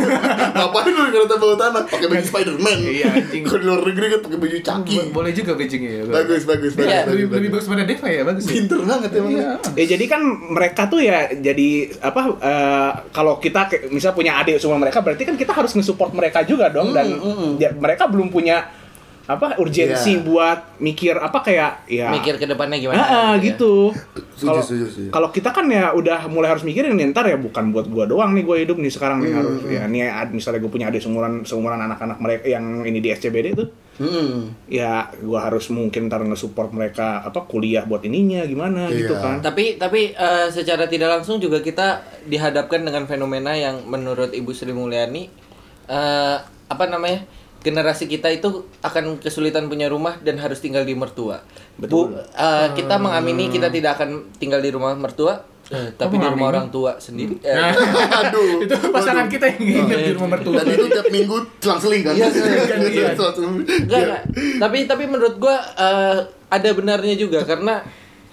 Speaker 2: ngapain lu di kereta bawah tanah pakai baju Spiderman
Speaker 3: Iya, anjing.
Speaker 2: kalau di luar negeri kan pakai baju caki
Speaker 3: Bo- Boleh juga bridgingnya ya. gua.
Speaker 2: bagus bagus bagus,
Speaker 1: Iya,
Speaker 2: bagus,
Speaker 3: Lebih,
Speaker 2: bagus.
Speaker 3: lebih bagus pada Deva ya, bagus ya.
Speaker 2: pinter banget emang
Speaker 3: Iya.
Speaker 4: ya jadi kan mereka tuh ya jadi apa eh, kalau kita kayak misal punya adik semua mereka berarti kan kita harus nge-support mereka juga dong dan ya, mereka belum punya apa urgensi
Speaker 2: Iya.
Speaker 4: buat mikir apa kayak ya
Speaker 1: mikir ke depannya gimana
Speaker 4: Ah, ah,
Speaker 1: ya.
Speaker 4: gitu.
Speaker 2: Setuju,
Speaker 4: Kalau
Speaker 2: setuju, setuju.
Speaker 4: kalau kita kan ya udah mulai harus mikirin nih, ntar ya bukan buat gua doang nih gua hidup nih sekarang
Speaker 2: Hmm,
Speaker 4: nih harus ya nih ad- misalnya gua punya adik seumuran seumuran anak-anak mereka yang ini di SCBD tuh
Speaker 2: Hmm.
Speaker 4: ya gua harus mungkin ntar nge-support mereka apa kuliah buat ininya gimana gitu
Speaker 2: Iya.
Speaker 4: kan.
Speaker 1: tapi tapi eh, secara tidak langsung juga kita dihadapkan dengan fenomena yang menurut Ibu Sri Mulyani eh, apa namanya generasi kita itu akan kesulitan punya rumah dan harus tinggal di mertua. Bu, eh, kita mengamini kita tidak akan tinggal di rumah mertua, eh, tapi di rumah
Speaker 3: mengamini?
Speaker 1: orang tua sendiri. Eh,
Speaker 3: Nah,
Speaker 2: Aduh.
Speaker 3: itu pasangan
Speaker 2: Waduh.
Speaker 3: kita yang nginep
Speaker 2: iya,
Speaker 3: di rumah mertua.
Speaker 2: Dan itu tiap minggu selang-seling kan?
Speaker 1: Iya,
Speaker 3: selang-seling. Iya.
Speaker 2: Selang-seling.
Speaker 1: Enggak, enggak. Tapi tapi menurut gua eh, ada benarnya juga karena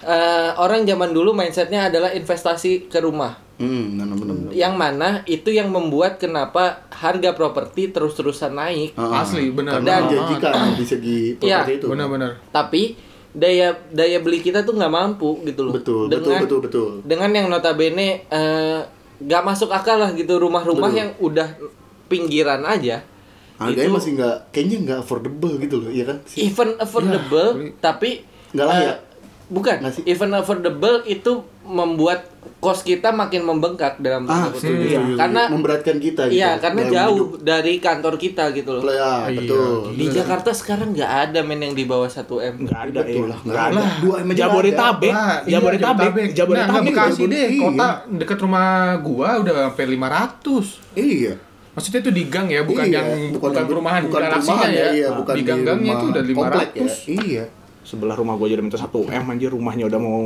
Speaker 1: eh, orang zaman dulu mindsetnya adalah investasi ke rumah.
Speaker 2: Hmm, nah, nah, bener-bener.
Speaker 1: yang mana itu yang membuat kenapa harga properti terus-terusan naik
Speaker 2: Ah,
Speaker 3: Asli, bener.
Speaker 2: Karena
Speaker 1: Dan-
Speaker 2: menjanjikan di segi
Speaker 1: Iya.
Speaker 2: properti itu.
Speaker 3: Benar-benar.
Speaker 1: tapi daya daya beli kita tuh nggak mampu gitu loh
Speaker 2: Betul, betul,
Speaker 1: dengan
Speaker 2: betul, betul.
Speaker 1: dengan yang notabene eh, nggak masuk akal lah gitu rumah-rumah
Speaker 2: Betul.
Speaker 1: yang udah pinggiran aja itu
Speaker 2: Harganya masih nggak, kayaknya nggak affordable gitu loh, iya kan?
Speaker 1: even affordable
Speaker 3: beli.
Speaker 1: tapi
Speaker 2: Nggak layak.
Speaker 1: eh, bukan
Speaker 2: ya? Nggak sih?
Speaker 1: even affordable itu membuat kos kita makin membengkak dalam tanda
Speaker 2: Ah,
Speaker 1: kutip.
Speaker 2: setuju,
Speaker 4: Iya.
Speaker 2: setuju.
Speaker 1: Karena
Speaker 2: memberatkan kita. gitu,
Speaker 1: iya karena
Speaker 2: dalam
Speaker 1: jauh
Speaker 2: hidup.
Speaker 1: dari kantor kita gitu loh
Speaker 2: Ya,
Speaker 3: Iya.
Speaker 2: betul.
Speaker 1: Di Jakarta sekarang nggak ada men yang di bawah 1 m.
Speaker 4: Enggak ada
Speaker 2: Betul
Speaker 4: ya.
Speaker 2: lah, nggak ada. Dua M aja
Speaker 4: Jabodetabek,
Speaker 3: Wah, iya,
Speaker 4: Jabodetabek,
Speaker 3: Nah, nggak
Speaker 4: Jabodetabek.
Speaker 3: Bekasi
Speaker 2: Jabodetabek.
Speaker 3: deh,
Speaker 2: Iya.
Speaker 3: kota dekat rumah gua udah sampai 500.
Speaker 2: Iya.
Speaker 3: Maksudnya itu di gang ya, bukan
Speaker 2: Iya,
Speaker 3: yang bukan,
Speaker 2: yang-
Speaker 3: perumahan,
Speaker 2: bukan
Speaker 3: galaksinya
Speaker 2: perumahan
Speaker 3: ya.
Speaker 2: Iya, bukan
Speaker 3: di gang-gangnya
Speaker 2: rumah
Speaker 3: itu udah
Speaker 2: komplek
Speaker 3: 500.
Speaker 2: ya. Iya.
Speaker 4: Sebelah rumah gua aja udah minta 1 M anjir rumahnya udah mau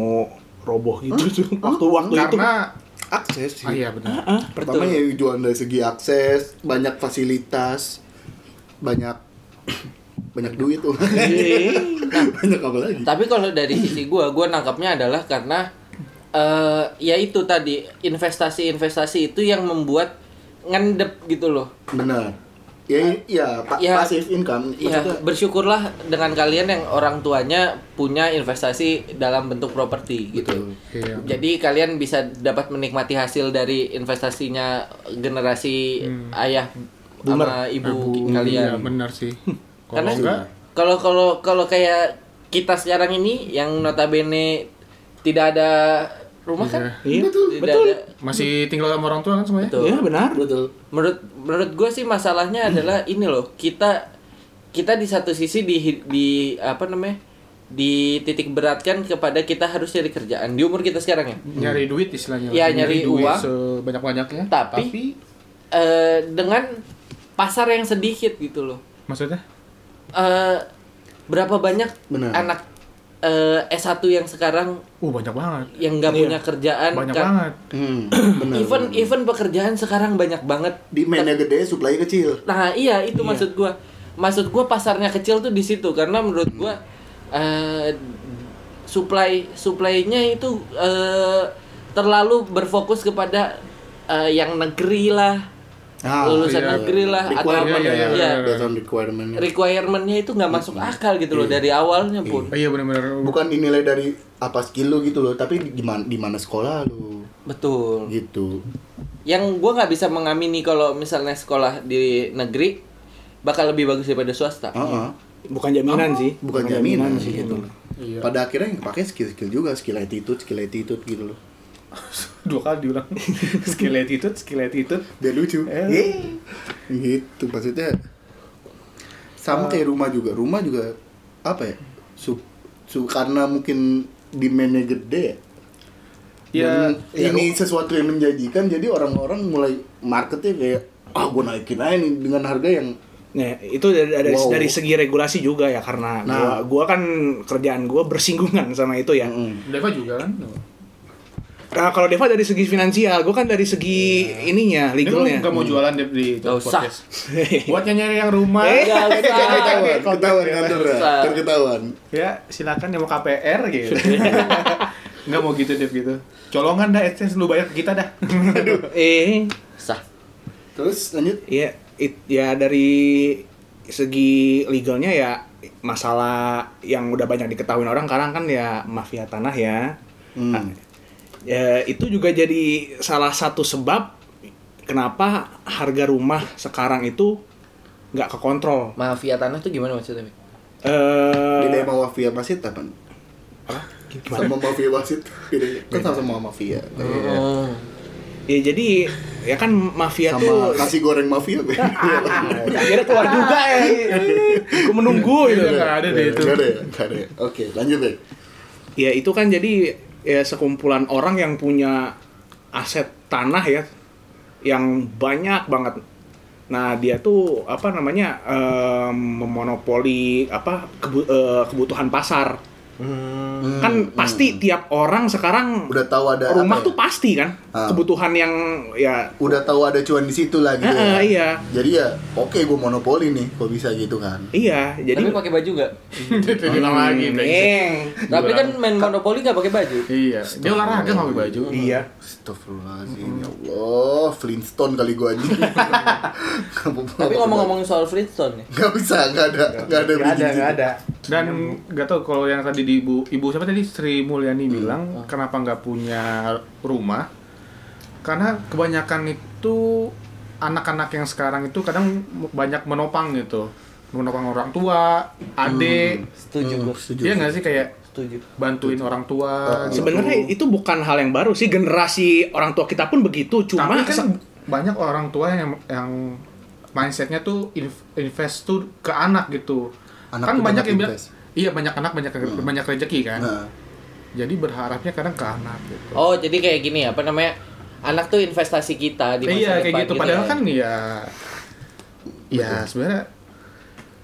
Speaker 4: roboh gitu tuh. waktu waktu itu.
Speaker 3: Karena
Speaker 2: Akses sih.
Speaker 3: ah iya benar.
Speaker 2: Pertama ya tujuan dari segi akses, banyak fasilitas, banyak banyak duit tuh.
Speaker 1: Iya.
Speaker 2: banyak apa lagi?
Speaker 1: Tapi kalau dari sisi gua, gua nangkapnya adalah karena eh ya itu tadi investasi-investasi itu yang membuat ngendep gitu loh.
Speaker 2: Benar. Ya, ya, pa-
Speaker 1: Ya.
Speaker 2: passive income.
Speaker 1: Ya
Speaker 2: Maksudnya,
Speaker 1: bersyukurlah dengan kalian yang orang tuanya punya investasi dalam bentuk properti gitu.
Speaker 3: Iya.
Speaker 1: Jadi kalian bisa dapat menikmati hasil dari investasinya generasi ayah sama ibu, Oh, kalian.
Speaker 3: Iya, benar sih. Kalau
Speaker 1: karena
Speaker 3: enggak
Speaker 1: kalau kalau kalau kayak kita sekarang ini yang notabene tidak ada rumah kan
Speaker 3: Iya.
Speaker 4: Iya,
Speaker 2: Betul.
Speaker 1: tidak
Speaker 4: betul.
Speaker 1: ada-
Speaker 3: Masih tinggal sama orang tua kan semuanya?
Speaker 1: Betul.
Speaker 4: Iya, benar.
Speaker 2: Betul.
Speaker 1: menurut menurut gue sih masalahnya
Speaker 3: Hmm.
Speaker 1: adalah ini loh kita kita di satu sisi di di apa namanya di titik beratkan kepada kita harus cari kerjaan di umur kita sekarang ya
Speaker 3: Nyari duit istilahnya.
Speaker 1: Iya, nyari uang.
Speaker 3: sebanyak-banyaknya.
Speaker 1: Tapi- Eh, dengan pasar yang sedikit gitu loh
Speaker 3: maksudnya?
Speaker 1: Eh, berapa banyak
Speaker 2: Benar.
Speaker 1: anak eh, S1 yang sekarang
Speaker 3: Uh, banyak banget.
Speaker 1: yang nggak
Speaker 4: Iya.
Speaker 1: punya kerjaan
Speaker 3: Banyak
Speaker 1: Ka-
Speaker 3: banget.
Speaker 2: Hmm, benar.
Speaker 1: even even pekerjaan sekarang banyak banget
Speaker 2: Demand-nya gede, supply kecil.
Speaker 1: Nah, iya itu maksud gua. Maksud gua pasarnya kecil tuh di situ karena menurut gua eh supply supply-nya itu eh, terlalu berfokus kepada eh, yang negeri lah.
Speaker 2: Ah,
Speaker 1: lulusan
Speaker 3: iya.
Speaker 1: negeri lah atau apa
Speaker 2: Requirement
Speaker 3: Iya, iya,
Speaker 1: ya.
Speaker 3: iya.
Speaker 2: Berdasarkan requirement-nya.
Speaker 1: Requirement-nya itu nggak masuk akal gitu loh dari awalnya pun.
Speaker 3: Oh, iya benar-benar.
Speaker 2: Bukan dinilai dari apa skill lu gitu loh, tapi di mana di mana sekolah lu
Speaker 1: Betul.
Speaker 2: gitu.
Speaker 1: Yang gua nggak bisa mengamini kalau misalnya sekolah di negeri bakal lebih bagus daripada
Speaker 3: Eh?
Speaker 1: swasta.
Speaker 2: Heeh.
Speaker 4: Bukan jaminan sih.
Speaker 2: Bukan jaminan
Speaker 4: sih
Speaker 2: gitu.
Speaker 4: gitu.
Speaker 3: Iya.
Speaker 2: Pada akhirnya yang pakai skill-skill juga, skill attitude, skill attitude gitu loh.
Speaker 3: Dua kali diulang. skill attitude, skill attitude.
Speaker 2: Biar lucu.
Speaker 3: Eh.
Speaker 2: Yeay. Gitu maksudnya. Eh. Sama kayak rumah juga. Rumah juga apa ya? Su, su karena mungkin demand-nya gede. ya.
Speaker 3: Iya,
Speaker 2: Dan ini sesuatu yang menjanjikan jadi orang-orang mulai marketnya kayak ah gue naikin aja nih dengan harga yang
Speaker 4: Nah, itu dari dari,
Speaker 2: Wow.
Speaker 4: dari segi regulasi juga ya karena
Speaker 2: Nah.
Speaker 4: gua, gua kan kerjaan gua bersinggungan sama itu ya.
Speaker 3: Deva juga kan.
Speaker 4: Nah, kalau Deva dari segi finansial, gua kan dari segi
Speaker 2: Iya.
Speaker 4: ininya,
Speaker 3: Ini lu
Speaker 4: legalnya.
Speaker 3: nggak mau jualan di, di
Speaker 1: Nggak usah. Eh?
Speaker 3: podcast. Buat nyari yang rumah.
Speaker 1: Nggak usah.
Speaker 3: gitu.
Speaker 2: ketahuan
Speaker 3: kontak
Speaker 2: ketahuan
Speaker 3: ya.
Speaker 2: kantor ya
Speaker 1: Susah.
Speaker 2: Ntar ketahuan
Speaker 3: ya silakan yang mau KPR gitu nggak mau gitu Dev gitu colongan dah AdSense lu bayar ke kita dah
Speaker 4: Eh,
Speaker 1: Sah.
Speaker 2: terus lanjut
Speaker 4: ya it- ya dari segi legalnya ya masalah yang udah banyak diketahui orang sekarang kan ya mafia tanah ya.
Speaker 2: Hmm.
Speaker 4: Nah, ya itu juga jadi salah satu sebab kenapa harga rumah sekarang itu nggak kekontrol.
Speaker 1: Mafia tanah tuh gimana maksudnya? Bek?
Speaker 4: Eh,
Speaker 2: beda sama mafia wasit apa sama mafia wasit bedanya kan sama sama mafia Iya.
Speaker 1: Oh.
Speaker 4: Ya jadi ya kan mafia
Speaker 2: sama
Speaker 4: tuh
Speaker 2: nasi goreng mafia beda
Speaker 4: kira keluar juga ya. Gue menunggu gitu.
Speaker 3: Iya, nggak ada deh itu
Speaker 2: Nggak ada ya? Nggak ada ya? oke lanjut deh
Speaker 4: Ya itu kan jadi ya sekumpulan orang yang punya aset tanah ya yang banyak banget. Nah, dia tuh apa namanya em, memonopoli apa kebu- eh, kebutuhan pasar.
Speaker 3: Hmm.
Speaker 4: kan pasti tiap orang
Speaker 2: Hmm.
Speaker 4: sekarang
Speaker 2: udah tahu ada apa ya?
Speaker 4: rumah tuh pasti kan
Speaker 2: Ah.
Speaker 4: kebutuhan yang ya
Speaker 2: udah tahu ada cuan di situ lah gitu
Speaker 4: Ah, ah, iya.
Speaker 2: jadi ya oke gue monopoli nih kok bisa gitu kan
Speaker 4: iya jadi
Speaker 1: Tapi pakai baju gak?
Speaker 3: bilang lagi
Speaker 1: Hmm. Eh.
Speaker 3: brengsek.
Speaker 4: Neng.
Speaker 1: Tapi kan main monopoli gak pakai baju.
Speaker 3: iya dia olahraga nggak pakai baju
Speaker 4: Iya.
Speaker 2: Astagfirullahaladzim, ya Allah, Flintstone kali gua anjing.
Speaker 1: Tapi ngomong-ngomong soal Flintstone nih.
Speaker 2: Gak bisa, gak ada, gak ada
Speaker 4: Nggak ada,
Speaker 2: bridging
Speaker 4: nggak
Speaker 2: gitu.
Speaker 4: ada.
Speaker 3: dan
Speaker 4: Iya,
Speaker 3: nggak tahu kalau yang tadi di ibu ibu siapa tadi Sri Mulyani
Speaker 4: Hmm.
Speaker 3: bilang
Speaker 4: Ah.
Speaker 3: kenapa nggak punya rumah karena kebanyakan itu anak-anak yang sekarang itu kadang banyak menopang gitu menopang orang tua adik
Speaker 4: Hmm.
Speaker 1: Setuju gue.
Speaker 2: Setuju. Ah,
Speaker 3: dia Iya nggak sih kayak
Speaker 1: Setuju.
Speaker 3: bantuin orang tua gitu.
Speaker 4: Sebenarnya itu bukan hal yang baru sih generasi orang tua kita pun begitu cuma
Speaker 3: Tapi kan
Speaker 4: se-
Speaker 3: banyak orang tua yang yang mindsetnya tuh inv- invest tuh ke anak gitu.
Speaker 2: Anak
Speaker 3: kan
Speaker 2: tuh
Speaker 3: banyak
Speaker 2: banyak
Speaker 3: yang bilang
Speaker 2: invest. Hmm.
Speaker 3: iya banyak anak banyak banyak rezeki kan.
Speaker 2: Nah,
Speaker 3: Jadi berharapnya kadang ke anak gitu.
Speaker 1: Oh jadi kayak gini apa namanya? Anak tuh investasi kita di
Speaker 3: Eh,
Speaker 1: masa
Speaker 3: iya
Speaker 1: depan.
Speaker 3: kayak gitu. Padahal
Speaker 1: ya.
Speaker 3: kan ya ya sebenarnya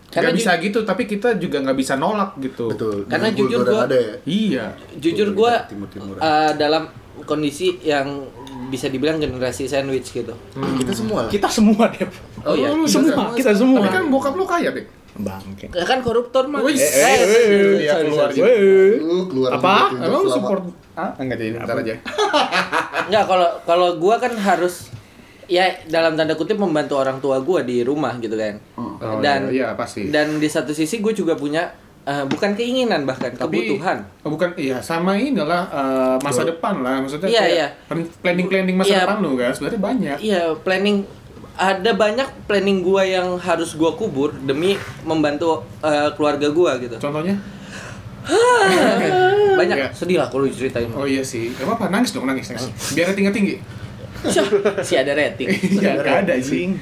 Speaker 1: Karena
Speaker 3: nggak
Speaker 1: ju-
Speaker 3: bisa gitu tapi kita juga nggak bisa nolak gitu.
Speaker 2: betul.
Speaker 1: Karena
Speaker 2: Dengan
Speaker 1: jujur
Speaker 2: kultur yang
Speaker 1: gua-
Speaker 2: ada ya.
Speaker 3: Iya.
Speaker 1: jujur
Speaker 2: Kultur
Speaker 1: gue
Speaker 2: kita timur-timuran.
Speaker 1: dalam kondisi yang bisa dibilang generasi sandwich gitu.
Speaker 2: Kita semua lah.
Speaker 4: kita semua deh
Speaker 1: Oh iya.
Speaker 3: lu
Speaker 4: semua kita semua
Speaker 3: Tapi kan bokap lu kaya, Bek.
Speaker 4: bangke
Speaker 1: Ya kan koruptor mah. Eh,
Speaker 3: Wih, eh, eh,
Speaker 1: sorry,
Speaker 3: dia
Speaker 1: sorry,
Speaker 3: keluar
Speaker 1: sorry.
Speaker 3: juga.
Speaker 4: Weh.
Speaker 2: Lu keluar
Speaker 4: Apa?
Speaker 2: dari
Speaker 3: Emang lu
Speaker 2: selama-
Speaker 3: support ah enggak jadi bentar aja.
Speaker 1: Enggak kalau kalau gua kan harus ya dalam tanda kutip membantu orang tua gua di rumah gitu kan.
Speaker 3: Oh,
Speaker 1: dan
Speaker 3: iya, iya, pasti.
Speaker 1: Dan di satu sisi gue juga punya eh, bukan keinginan bahkan kebutuhan.
Speaker 3: Oh, bukan iya sama inilah eh, masa depan lah maksudnya
Speaker 1: Iya,
Speaker 3: kayak
Speaker 1: iya.
Speaker 3: planning planning masa
Speaker 1: Iya.
Speaker 3: depan lu kan sebenarnya banyak
Speaker 1: Iya, planning ada banyak planning gua yang harus gua kubur demi membantu eh, keluarga gua gitu.
Speaker 3: contohnya
Speaker 1: Banyak
Speaker 3: Iya.
Speaker 1: sedih lah kalau diceritain.
Speaker 3: Oh iya sih. Gak apa-apa, nangis dong, nangis, nangis. Biar tinggi tinggi.
Speaker 1: Syah, si ada rating.
Speaker 3: Iya, gak ada sih.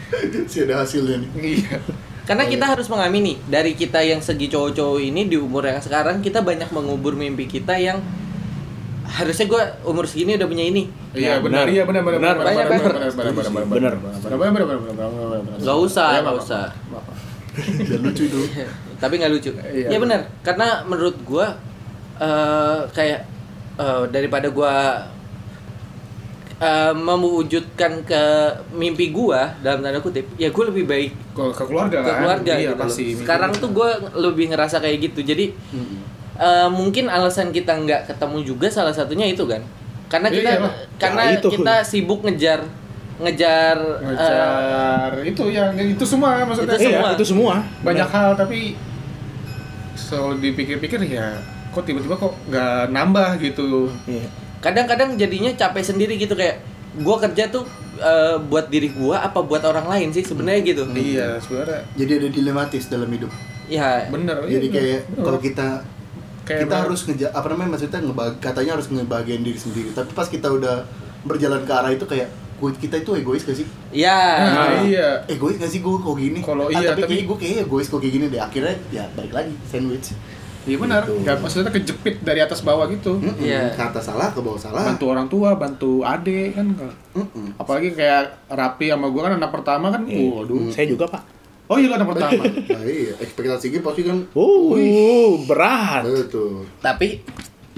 Speaker 2: Sih ada hasilnya nih.
Speaker 3: Iya.
Speaker 1: Karena kita harus mengamini dari kita yang segi cowok-cowok ini di umur yang sekarang kita banyak mengubur mimpi kita yang harusnya gue umur segini udah punya ini.
Speaker 3: Iya benar, iya benar benar benar benar benar benar benar benar benar benar benar benar
Speaker 1: Gak usah, gak usah.
Speaker 2: Dan lucu itu.
Speaker 1: Tapi nggak lucu.
Speaker 3: Iya.
Speaker 1: ya benar. Karena menurut gue eh kayak eh, daripada gue eh, mewujudkan ke mimpi gue dalam tanda kutip, ya gue lebih baik
Speaker 3: Ke, ke keluarga
Speaker 1: ke
Speaker 3: kan?
Speaker 1: keluarga
Speaker 3: iya,
Speaker 1: gitu
Speaker 3: pasti.
Speaker 1: loh. Sekarang tuh gue lebih ngerasa kayak gitu. Jadi eh, mungkin alasan kita nggak ketemu juga salah satunya itu kan. Karena
Speaker 3: Iya,
Speaker 1: kita
Speaker 3: iyalah.
Speaker 1: karena
Speaker 4: Ya, itu.
Speaker 1: kita sibuk ngejar ngejar, eh,
Speaker 3: ngejar itu ya itu semua maksudnya
Speaker 1: Itu
Speaker 4: Iya,
Speaker 1: semua.
Speaker 4: itu semua.
Speaker 3: banyak hal tapi soal dipikir-pikir ya kok tiba-tiba kok nggak nambah gitu.
Speaker 1: Hmm.
Speaker 4: Iya.
Speaker 1: kadang-kadang jadinya capek sendiri gitu kayak gue kerja tuh eh, buat diri gue apa buat orang lain sih sebenarnya gitu.
Speaker 3: Iya, sebenarnya
Speaker 2: Jadi ada dilematis dalam hidup.
Speaker 1: Ya
Speaker 3: bener. iya,
Speaker 2: Jadi
Speaker 3: bener,
Speaker 2: kayak
Speaker 3: bener.
Speaker 2: kalau kita
Speaker 3: Kayak
Speaker 2: kita
Speaker 3: bener.
Speaker 2: harus ngeja apa namanya maksudnya ngebag katanya harus ngebagian diri sendiri. Tapi pas kita udah berjalan ke arah itu kayak "Gua- kita itu egois gak sih?
Speaker 1: ya
Speaker 3: Nah, iya.
Speaker 2: Egois gak sih gue kok gini? Ah,
Speaker 3: Kalau iya,
Speaker 2: tapi,
Speaker 3: tapi-
Speaker 2: kayaknya gue kayak egois kok kayak gini deh. Akhirnya ya balik lagi sandwich.
Speaker 3: Iya benar.
Speaker 2: Gitu. Hmm.
Speaker 3: Nggak maksudnya kejepit dari atas bawah gitu.
Speaker 2: Mm-mm.
Speaker 1: Iya.
Speaker 2: Ke atas salah, ke bawah salah.
Speaker 3: Bantu orang tua, bantu adik kan.
Speaker 2: Mm-mm.
Speaker 3: Apalagi kayak Rapi sama gua kan anak pertama kan.
Speaker 1: Iya.
Speaker 3: Waduh.
Speaker 4: Saya juga, Pak.
Speaker 3: Oh iya lu anak pertama.
Speaker 2: Nah, iya, ekspektasi gue pasti kan
Speaker 4: Uh,
Speaker 3: Nah.
Speaker 4: berat.
Speaker 2: Betul.
Speaker 1: Tapi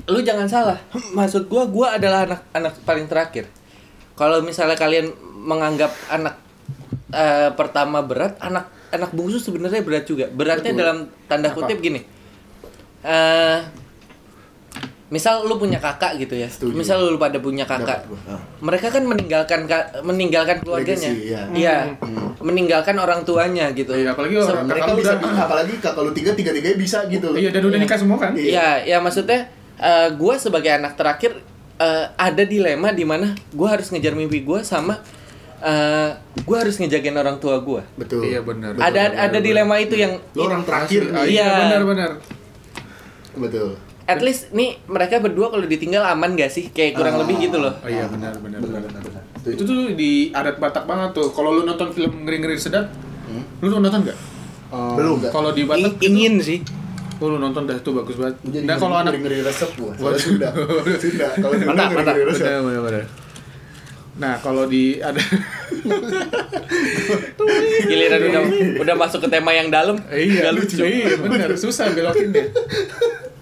Speaker 1: lu jangan salah. Maksud gua gua adalah anak anak paling terakhir. Kalau misalnya kalian menganggap anak eh, pertama berat, anak anak bungsu sebenarnya berat juga. Beratnya dalam tanda kutip gini. Eh misal lu punya kakak gitu ya.
Speaker 2: Setuju.
Speaker 1: Misal lu pada punya kakak.
Speaker 2: Dapat gua. Ah.
Speaker 1: Mereka kan meninggalkan ka- meninggalkan keluarganya.
Speaker 2: Legacy, ya.
Speaker 1: Iya. Meninggalkan orang tuanya gitu.
Speaker 3: Iya, apalagi orang
Speaker 2: mereka
Speaker 3: kakak lu
Speaker 2: bisa,
Speaker 3: udah.
Speaker 2: ah, apalagi kakak lu tiga, tiga-tiganya bisa gitu loh.
Speaker 3: Iya, dan udah nikah semua kan?
Speaker 1: Iya, ya maksudnya gue sebagai anak terakhir eh, ada dilema di mana gue harus ngejar mimpi gue sama gue harus ngejagain orang tua gue.
Speaker 2: Betul.
Speaker 3: Iya, benar.
Speaker 2: Betul.
Speaker 1: Ada ada dilema itu yang
Speaker 2: Lu orang terakhir.
Speaker 3: Ah,
Speaker 1: Iya.
Speaker 3: benar benar.
Speaker 2: Betul.
Speaker 1: at least nih mereka berdua kalau ditinggal aman gak sih? Kayak kurang
Speaker 2: Ah.
Speaker 1: lebih gitu loh.
Speaker 3: Oh, iya benar benar benar.
Speaker 2: benar.
Speaker 3: Itu tuh di adat Batak banget tuh. Kalau lu nonton film ngeri-ngeri sedap, lu lu nonton nggak?
Speaker 2: Belum.
Speaker 3: Kalau di Batak
Speaker 4: I- ingin sih.
Speaker 3: Oh, lu nonton dah itu bagus banget.
Speaker 2: Jadi
Speaker 3: Nah, kalau anak
Speaker 2: ngeri resep gua. Soalnya Sunda. Sunda. Kalau Sunda
Speaker 4: Mantap,
Speaker 2: ngeri-ngeri
Speaker 4: mantap.
Speaker 2: resep.
Speaker 3: Benar, benar, benar. Nah, kalau di ada
Speaker 1: Giliran udah udah masuk ke tema yang dalam.
Speaker 3: iya
Speaker 1: gak lucu.
Speaker 3: Iya, benar. Susah belokin deh.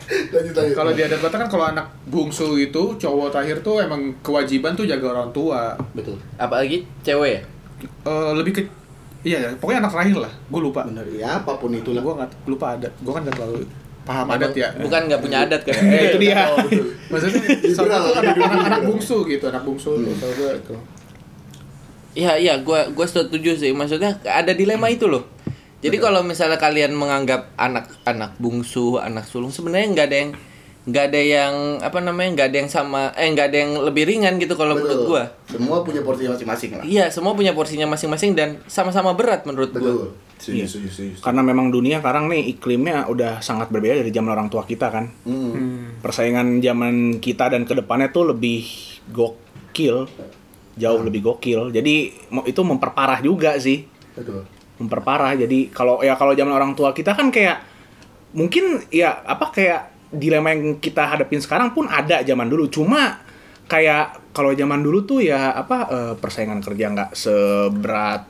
Speaker 2: Lanjut lanjut.
Speaker 3: Kalau di adat Batak kan kalau anak bungsu itu cowok terakhir tuh emang kewajiban tuh jaga orang tua.
Speaker 2: betul.
Speaker 1: Apalagi cewek. ya?
Speaker 3: Eh, lebih ke iya ya, pokoknya anak terakhir lah. Gue lupa.
Speaker 2: Benar. Ya apapun itulah.
Speaker 3: Gue nggak lupa adat. Gue kan nggak terlalu paham adat ya.
Speaker 1: Bukan nggak punya adat kan?
Speaker 3: Eh, itu dia.
Speaker 2: Oh, betul.
Speaker 3: Maksudnya
Speaker 2: Liberal,
Speaker 3: soalnya tuh anak,
Speaker 2: liberal.
Speaker 3: anak, anak bungsu gitu, anak bungsu tuh kalau gue itu.
Speaker 1: Iya iya, gua gua setuju sih. Maksudnya ada dilema itu loh. Jadi kalau misalnya kalian menganggap anak-anak bungsu, anak sulung sebenarnya nggak ada yang nggak ada yang apa namanya nggak ada yang sama eh nggak ada yang lebih ringan gitu kalau menurut
Speaker 2: Betul.
Speaker 1: gua.
Speaker 2: Semua punya porsi masing-masing lah.
Speaker 1: Iya, semua punya porsinya masing-masing dan sama-sama berat menurut
Speaker 3: Iya.
Speaker 1: gua.
Speaker 2: Betul. Serius, serius, serius.
Speaker 4: Karena memang dunia sekarang nih iklimnya udah sangat berbeda dari zaman orang tua kita kan.
Speaker 2: Hmm.
Speaker 4: Persaingan zaman kita dan kedepannya tuh lebih gokil, jauh lebih gokil. Jadi mo- itu memperparah juga sih,
Speaker 2: Betul.
Speaker 4: memperparah. Jadi kalau ya kalau zaman orang tua kita kan kayak mungkin ya apa kayak dilema yang kita hadapin sekarang pun ada zaman dulu. Cuma kayak kalau zaman dulu tuh ya apa eh, persaingan kerja nggak seberat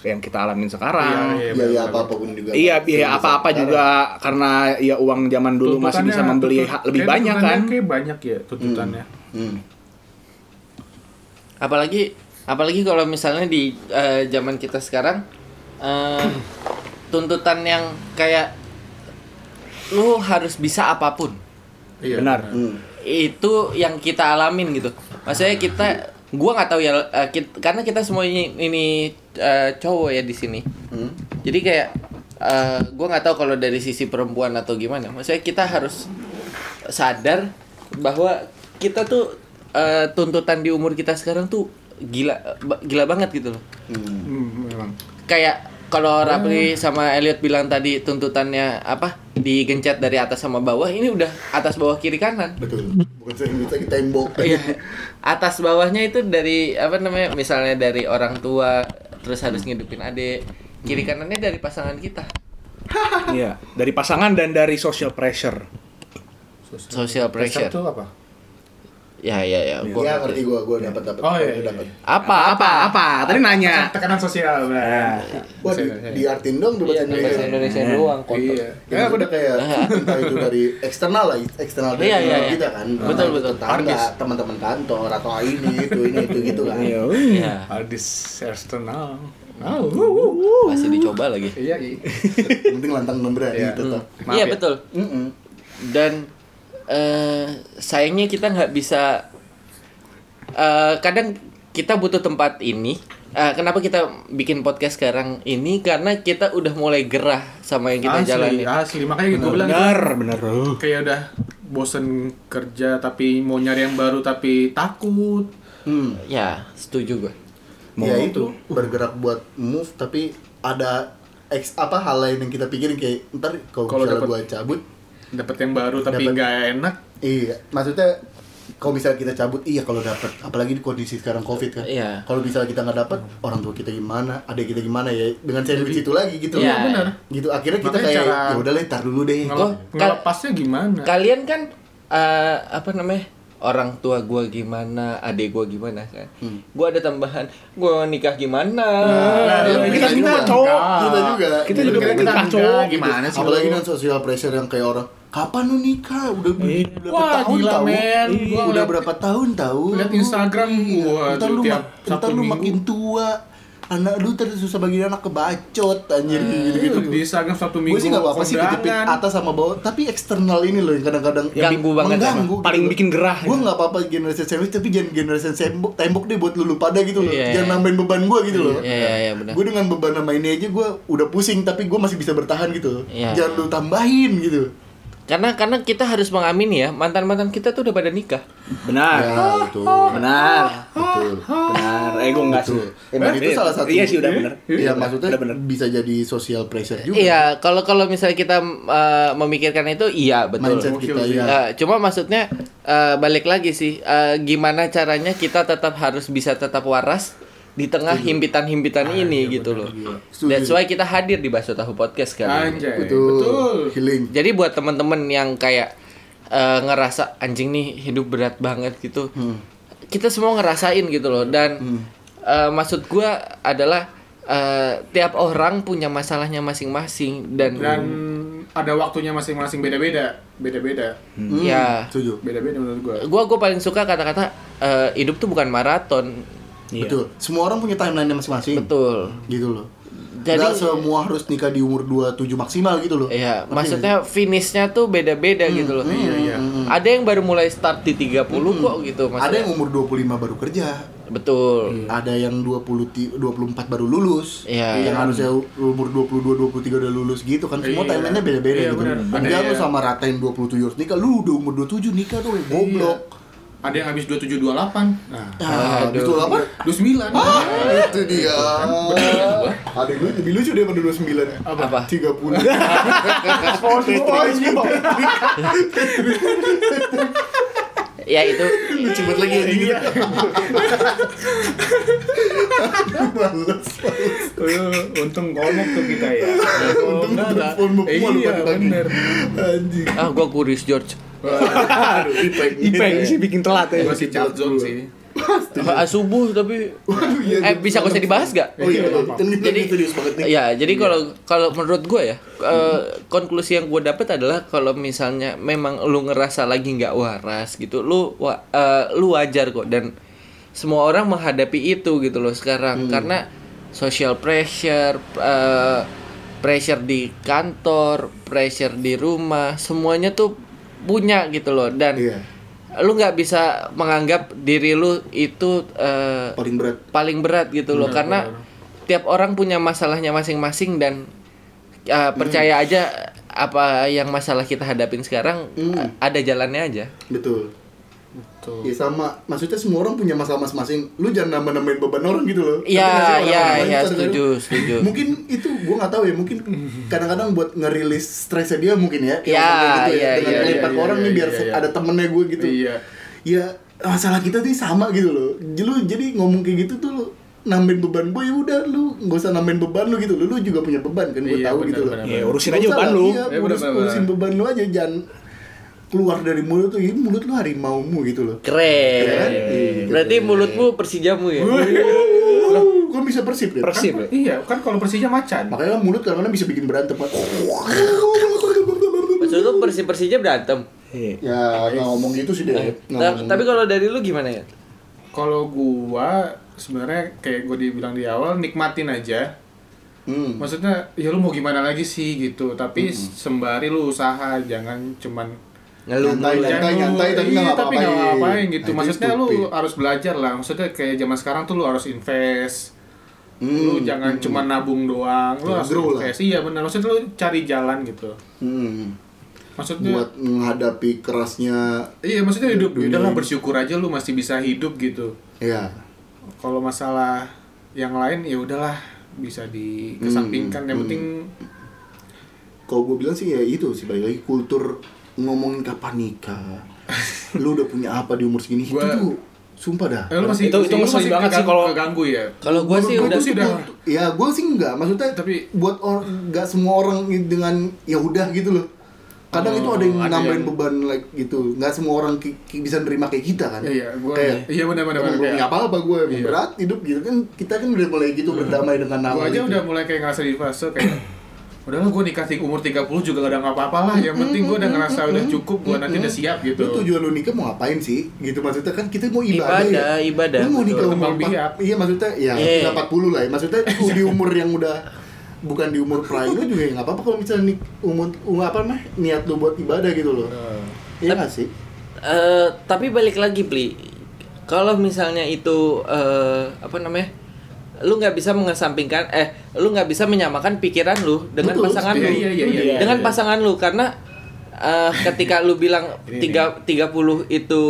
Speaker 4: yang kita alamin sekarang.
Speaker 2: Ya
Speaker 3: Iya,
Speaker 2: ya
Speaker 3: benar.
Speaker 2: apa-apapun juga.
Speaker 4: Iya, iya
Speaker 2: Serius,
Speaker 4: apa-apa
Speaker 2: sekarang.
Speaker 4: juga karena ya uang zaman dulu masih
Speaker 3: Tuntutannya-
Speaker 4: bisa membeli
Speaker 3: tuntut-
Speaker 4: ha- lebih
Speaker 3: kayaknya
Speaker 4: banyak kan.
Speaker 3: tuntutannya Kayak banyak ya tuntutannya.
Speaker 2: Hmm.
Speaker 1: Apalagi apalagi kalau misalnya di eh, zaman kita sekarang eh, tuntutan yang kayak lu harus bisa apapun.
Speaker 3: Iya.
Speaker 4: Benar.
Speaker 2: Hmm.
Speaker 1: itu yang kita alamin gitu maksudnya kita gua nggak tahu ya eh, kit- karena kita semua ini, ini eh, cowok ya di sini
Speaker 2: Hmm.
Speaker 1: jadi kayak eh, gua nggak tahu kalau dari sisi perempuan atau gimana maksudnya kita harus sadar bahwa kita tuh eh, tuntutan di umur kita sekarang tuh gila ba- gila banget gitu loh
Speaker 2: Hmm.
Speaker 3: Hmm, memang.
Speaker 1: kayak kalau Rapli sama Elliot bilang tadi tuntutannya apa digencet dari atas sama bawah ini udah atas bawah kiri kanan
Speaker 2: Betul. Bukan saya minta kita tembok.
Speaker 1: Iya. Atas bawahnya itu dari apa namanya? Misalnya dari orang tua terus harus ngidupin adik. Kiri kanannya dari pasangan kita.
Speaker 4: Iya, dari pasangan dan dari social pressure.
Speaker 1: Social pressure.
Speaker 3: itu apa?
Speaker 1: Ya ya ya. Gua
Speaker 2: Iya
Speaker 1: ngerti.
Speaker 2: ngerti gua, gua dapat dapat.
Speaker 3: Oh, iya,
Speaker 2: Gua
Speaker 3: iya,
Speaker 2: dapat.
Speaker 3: iya.
Speaker 1: Apa apa apa?
Speaker 4: Tadi nanya.
Speaker 3: Tekanan sosial. Nah.
Speaker 2: Wah di, diartin dong di bahasa
Speaker 1: Iya, bahasa Indonesia
Speaker 2: Indonesia.
Speaker 1: doang kotor.
Speaker 3: Iya.
Speaker 2: Ya, udah kayak entah itu dari eksternal lah, eksternal dari
Speaker 1: Iya, iya, iya.
Speaker 2: kita kan.
Speaker 1: Betul,
Speaker 2: Entah itu
Speaker 1: betul.
Speaker 2: Tetangga, teman-teman kantor atau ini itu ini itu gitu kan.
Speaker 4: Iya.
Speaker 1: Iya.
Speaker 3: Aldis Arsenal.
Speaker 1: Masih dicoba lagi.
Speaker 3: Iya, iya.
Speaker 2: Yang Penting lantang dan berani
Speaker 3: Iya.
Speaker 2: tetap.
Speaker 3: Maaf
Speaker 1: Iya
Speaker 3: ya.
Speaker 1: betul.
Speaker 2: Mm-mm.
Speaker 1: Dan eh sayangnya kita nggak bisa. eh kadang kita butuh tempat ini. Eh, kenapa kita bikin podcast sekarang ini? Karena kita udah mulai gerah sama yang kita ya.
Speaker 3: asli,
Speaker 1: jalani.
Speaker 3: asli. Makanya gue bilang
Speaker 4: Benar, benar. Oh.
Speaker 3: kayak udah bosen kerja tapi mau nyari yang baru tapi takut.
Speaker 2: Hmm.
Speaker 1: Ya, setuju gue.
Speaker 2: Ya itu bergerak buat move tapi ada ex apa hal lain yang kita pikirin kayak ntar kalau
Speaker 3: Kalau
Speaker 2: misalnya
Speaker 3: dapet-
Speaker 2: gua cabut
Speaker 3: Dapat yang baru
Speaker 2: Dapet.
Speaker 3: tapi nggak enak.
Speaker 2: Iya, maksudnya kalau bisa kita cabut, iya kalau dapat, apalagi di kondisi sekarang covid kan.
Speaker 1: Iya.
Speaker 2: Kalau bisa kita nggak dapat, orang tua kita gimana, adik kita gimana ya, dengan sandwich itu lagi gitu.
Speaker 1: Iya,
Speaker 2: loh.
Speaker 1: benar.
Speaker 2: Gitu akhirnya kita
Speaker 3: Makanya
Speaker 2: kayak
Speaker 3: cara-
Speaker 2: ya udah letar dulu deh.
Speaker 3: Ngele-
Speaker 1: Oh, kal-
Speaker 3: ngelepasnya gimana?
Speaker 1: Kalian kan eh, apa namanya? Orang tua gua gimana, adik gua gimana kan. Gua ada tambahan, gua nikah gimana.
Speaker 2: Hmm. Nah,
Speaker 4: kita
Speaker 2: juga.
Speaker 4: semua cowok.
Speaker 2: Kita juga. Gitu.
Speaker 3: Kita-
Speaker 4: Kita juga
Speaker 3: kita
Speaker 4: bukan
Speaker 3: enggak,
Speaker 4: cowok.
Speaker 3: gimana sih?
Speaker 2: Apalagi
Speaker 3: lu?
Speaker 2: dengan social pressure yang kayak orang kapan lu nikah? Udah
Speaker 4: Iya.
Speaker 2: berapa
Speaker 3: Eh, Wah,
Speaker 2: tahun
Speaker 3: gila,
Speaker 2: tahu.
Speaker 3: men.
Speaker 2: Iya,
Speaker 3: Gua
Speaker 2: udah
Speaker 3: ngeliat-
Speaker 2: berapa tahun tahu.
Speaker 3: liat Instagram gua
Speaker 2: Entar
Speaker 3: tuh
Speaker 2: lu,
Speaker 3: tiap
Speaker 2: mak-
Speaker 3: Sabtu
Speaker 2: ntar lu
Speaker 3: Minggu.
Speaker 2: makin tua. Anak lu terus susah bagi anak kebacot
Speaker 3: Eh,
Speaker 2: anjir gitu-gitu.
Speaker 3: Iya, Di Instagram satu
Speaker 2: Gue
Speaker 3: minggu
Speaker 2: sih gak apa-apa sih
Speaker 3: kondangan.
Speaker 2: ditipin atas sama bawah Tapi eksternal ini loh yang kadang-kadang
Speaker 1: Yang ganggu banget
Speaker 2: mengganggu gitu
Speaker 4: Paling bikin gerah.
Speaker 1: gitu.
Speaker 2: Gue gak apa-apa generation sandwich Tapi jangan generation tembok, tembok deh buat lulu pada gitu loh
Speaker 1: Iya.
Speaker 2: Jangan nambahin beban gue gitu loh
Speaker 1: Iya, iya, iya, benar.
Speaker 2: Gue dengan beban sama ini aja gue udah pusing Tapi gue masih bisa bertahan gitu
Speaker 1: Iya.
Speaker 2: Jangan lu tambahin gitu
Speaker 1: Karena karena kita harus mengamini ya, mantan-mantan kita tuh udah pada nikah. Ah.
Speaker 2: Ya,
Speaker 4: Benar.
Speaker 2: betul
Speaker 4: Benar.
Speaker 2: Betul
Speaker 4: Benar. Eh, gue enggak sih.
Speaker 2: Betul. Emang
Speaker 4: Eh,
Speaker 2: Nah, itu
Speaker 4: iya.
Speaker 2: salah satu
Speaker 4: Iya sih udah benar.
Speaker 2: Iya maksudnya
Speaker 4: udah benar.
Speaker 2: bisa jadi social pressure juga
Speaker 1: Iya, kalau kalau misalnya kita eh, memikirkan itu iya betul.
Speaker 2: Mindset kita
Speaker 3: Ya.
Speaker 2: iya
Speaker 1: Eh, cuma maksudnya eh, balik lagi sih eh, gimana caranya kita tetap harus bisa tetap waras di tengah himpitan-himpitan
Speaker 3: Ah, iya,
Speaker 1: ini gitu loh.
Speaker 2: Setuju.
Speaker 1: That's why kita hadir di Baso Tahu Podcast kali ini.
Speaker 3: Anjay.
Speaker 2: Betul
Speaker 3: Betul.
Speaker 2: Healing
Speaker 1: Jadi buat temen-temen yang kayak eh, ngerasa anjing nih hidup berat banget gitu,
Speaker 3: Hmm.
Speaker 1: kita semua ngerasain gitu loh. Dan eh, maksud gua adalah eh, tiap orang punya masalahnya masing-masing dan,
Speaker 3: Dan
Speaker 2: Hmm.
Speaker 3: ada waktunya masing-masing beda-beda, beda-beda, hmm.
Speaker 1: ya
Speaker 2: Setuju
Speaker 3: beda-beda menurut gua.
Speaker 1: gua gua paling suka kata-kata eh, hidup tuh bukan maraton,
Speaker 4: Iya.
Speaker 2: Betul. Semua orang punya timeline masing-masing.
Speaker 1: betul.
Speaker 2: Gitu loh.
Speaker 1: Jadi-
Speaker 2: Jadi Nggak semua harus nikah di umur 27 maksimal gitu loh.
Speaker 1: Iya, maksudnya finishnya tuh beda-beda gitu loh.
Speaker 3: Iya, iya.
Speaker 1: Ada yang baru mulai start di 30 kok gitu maksudnya.
Speaker 2: Ada yang Hmm. umur 25 baru kerja,
Speaker 1: betul.
Speaker 2: ada yang 20 ti- 24 baru lulus.
Speaker 1: Iya.
Speaker 2: Yang harusnya umur 22 23 udah lulus gitu kan. Semua
Speaker 3: Iya.
Speaker 2: timeline-nya beda-beda
Speaker 3: Iya,
Speaker 2: gitu.
Speaker 3: benar. Ada
Speaker 2: Enggak lu
Speaker 3: yang- Iya.
Speaker 2: sama ratain 27 harus nikah, lu udah umur 27 nikah tuh goblok.
Speaker 3: Ada yang habis 27 28. Nah,
Speaker 1: Ah,
Speaker 2: Nah, itu apa?
Speaker 3: Iya. 29.
Speaker 2: Ah, itu dia. Ada lu lebih lucu dia pada 29.
Speaker 1: Apa?
Speaker 2: 30.
Speaker 1: Ya itu
Speaker 2: Lucu banget lagi ya gitu. Males.
Speaker 3: Eh, untung konek tuh kita ya.
Speaker 4: Iya.
Speaker 2: Untung telepon mau
Speaker 3: Eh,
Speaker 2: malu
Speaker 3: iya,
Speaker 2: pagi-pagi.
Speaker 3: bener.
Speaker 2: Anjing.
Speaker 1: ah gua kuris George.
Speaker 2: Aduh, ipek.
Speaker 4: Ipeng sih bikin telat ya.
Speaker 3: Gua sih calzone sih.
Speaker 1: Ah, subuh tapi
Speaker 2: Waduh,
Speaker 1: eh
Speaker 2: iya, dia
Speaker 1: bisa gak usah dibahas gak?
Speaker 2: Oh iya, betul. Ini lagi
Speaker 1: Jadi-
Speaker 2: serius banget nih.
Speaker 1: Ya, jadi kalau kalau menurut gue ya, eh, konklusi yang gue dapet adalah kalau misalnya memang lu ngerasa lagi nggak waras gitu, lu wa- eh, lu wajar kok dan semua orang menghadapi itu gitu loh sekarang karena social pressure, eh, pressure di kantor, pressure di rumah, semuanya tuh punya gitu loh dan
Speaker 2: Iya.
Speaker 1: lu nggak bisa menganggap diri lu itu eh,
Speaker 2: Paling berat.
Speaker 1: paling berat gitu loh karena tiap orang punya masalahnya masing-masing dan uh, percaya aja Hmm. apa yang masalah kita hadapin sekarang uh, ada jalannya aja
Speaker 2: Betul.
Speaker 3: Betul.
Speaker 2: Ya sama, maksudnya semua orang punya masalah masing-masing. Lu jangan nambah-nambahin beban orang gitu loh.
Speaker 1: Iya,
Speaker 2: Ngerti nggak sih
Speaker 1: iya,
Speaker 2: orang-orang
Speaker 1: iya,
Speaker 2: itu kadang-kadang-
Speaker 1: setuju, setuju.
Speaker 2: kan? Mungkin itu gua nggak tahu ya, mungkin kadang-kadang buat ngerilis stresnya dia mungkin ya. kayak
Speaker 1: Iya,
Speaker 2: ngomong gitu
Speaker 1: iya,
Speaker 2: Dengan
Speaker 1: iya,
Speaker 2: lempar
Speaker 3: iya,
Speaker 2: ke orang
Speaker 3: iya,
Speaker 2: nih biar
Speaker 3: iya, iya.
Speaker 2: ada temennya gue gitu.
Speaker 3: Iya.
Speaker 2: Ya masalah kita tuh sama gitu loh. Lu jadi ngomong kayak gitu tuh lu nambahin beban gue ya udah lu nggak usah nambahin beban lu gitu loh. Lu juga punya beban kan gue
Speaker 3: Iya,
Speaker 2: tahu
Speaker 3: benar,
Speaker 2: gitu loh.
Speaker 3: benar,
Speaker 4: Ya,
Speaker 3: benar.
Speaker 4: urusin
Speaker 2: Nggak
Speaker 4: aja
Speaker 2: usah
Speaker 4: beban
Speaker 2: lah,
Speaker 4: lu.
Speaker 2: Iya,
Speaker 3: Ya,
Speaker 2: urus,
Speaker 3: benar-benar.
Speaker 2: urusin beban lu aja jangan keluar dari mulut tuh ini mulut lu harimaumu gitu loh.
Speaker 1: Keren. Iya, Berarti mulutmu Persijamu ya?
Speaker 2: Lah, kok bisa persib ya?
Speaker 4: Persib.
Speaker 3: Kan- iya, kan kalau Persija macan.
Speaker 2: Makanya kan mulut kadang-kadang bisa bikin berantem.
Speaker 1: Maksud lu Persi Persija berantem.
Speaker 4: Iya.
Speaker 2: ya nggak ngomong gitu sih dia.
Speaker 4: Eh,
Speaker 2: Nggak
Speaker 1: Ta-
Speaker 2: ngomong
Speaker 1: tapi
Speaker 2: gitu.
Speaker 1: kalau dari lu gimana ya?
Speaker 3: Kalau gua sebenarnya kayak gua dibilang di awal nikmatin aja.
Speaker 2: hmm.
Speaker 3: Maksudnya ya lu mau gimana lagi sih gitu, tapi sembari lu usaha jangan cuman
Speaker 1: Ngeluh
Speaker 2: Nyantai,
Speaker 1: mulu.
Speaker 2: nyantai.
Speaker 3: Jangan lu-
Speaker 2: tapi
Speaker 3: iya,
Speaker 2: nggak
Speaker 3: tapi
Speaker 2: ngapa-ngapain.
Speaker 3: ngapain gitu.
Speaker 2: Nah, itu
Speaker 3: Maksudnya lu
Speaker 2: stupid.
Speaker 3: harus belajar lah. Maksudnya kayak zaman sekarang tuh lu harus invest.
Speaker 2: Hmm,
Speaker 3: Lu jangan cuma nabung doang. Lu
Speaker 2: Ya,
Speaker 3: harus
Speaker 2: grow lah.
Speaker 3: invest. Iya benar. Maksudnya lu cari jalan gitu.
Speaker 2: hmm.
Speaker 3: Maksudnya
Speaker 2: buat menghadapi kerasnya
Speaker 3: Iya, maksudnya hidup.
Speaker 2: Dunia
Speaker 3: Udah lah
Speaker 2: ini.
Speaker 3: bersyukur aja lu masih bisa hidup gitu.
Speaker 2: ya
Speaker 3: Kalau masalah yang lain ya udahlah bisa dikesampingkan. Yang
Speaker 2: Hmm,
Speaker 3: penting
Speaker 2: kalau gue bilang sih ya itu sih balik lagi kultur ngomongin kapan nikah lu udah punya apa di umur segini itu
Speaker 3: Gua-
Speaker 2: tuh sumpah dah
Speaker 3: eh, lu masih
Speaker 4: Itu- itu
Speaker 3: lu
Speaker 4: ngeselin banget sih
Speaker 3: kegang-
Speaker 4: kalau-
Speaker 3: keganggu ya.
Speaker 1: Kalau gua sih
Speaker 2: Menurut
Speaker 1: udah
Speaker 2: gua
Speaker 3: udah.
Speaker 2: kultu- ya gue sih enggak maksudnya tapi
Speaker 3: Tapi-
Speaker 2: buat orang enggak semua orang dengan ya udah gitu loh kadang
Speaker 3: Oh,
Speaker 2: itu ada yang
Speaker 3: ada
Speaker 2: nambahin
Speaker 3: yang-
Speaker 2: beban like gitu nggak semua orang ki- ki- bisa nerima kayak kita kan
Speaker 3: Iya, gua
Speaker 2: Kayak,
Speaker 3: iya benar-benar
Speaker 2: emang belum punya apa-apa gue emang
Speaker 3: Iya.
Speaker 2: berat hidup gitu kan kita kan udah mulai gitu berdamai dengan nama gitu.
Speaker 3: gue aja
Speaker 2: itu.
Speaker 3: udah mulai kayak ngerasa di fase kayak udahlah gue nikah di umur 30 juga gak ada apa-apa lah yang penting gue udah ngerasa udah cukup gue nanti udah siap gitu
Speaker 2: Lu tujuan lu nikah mau ngapain sih? Gitu maksudnya kan kita mau ibadah.
Speaker 1: Ibadah,
Speaker 2: ya.
Speaker 1: ibadah,
Speaker 2: Lu mau
Speaker 1: betul.
Speaker 2: nikah umur
Speaker 3: Berkembang biak.
Speaker 2: 4, Iya maksudnya ya
Speaker 1: Iya.
Speaker 2: 40 lah ya. Maksudnya itu di umur yang udah bukan di umur prime lu juga ya nggak apa-apa kalau misalnya nik, umur, umur apa mah niat lu buat ibadah gitu loh.
Speaker 3: Nah.
Speaker 2: Iya nggak sih?
Speaker 1: Eh, tapi balik lagi, Pli. Kalau misalnya itu eh, apa namanya? Lu nggak bisa mengesampingkan eh lu nggak bisa menyamakan pikiran lu dengan
Speaker 2: Betul,
Speaker 1: pasangan
Speaker 3: iya,
Speaker 1: lu.
Speaker 3: iya, iya, iya,
Speaker 1: dengan
Speaker 3: iya.
Speaker 1: pasangan lu karena eh, ketika lu bilang
Speaker 3: Ini
Speaker 1: tiga 30 itu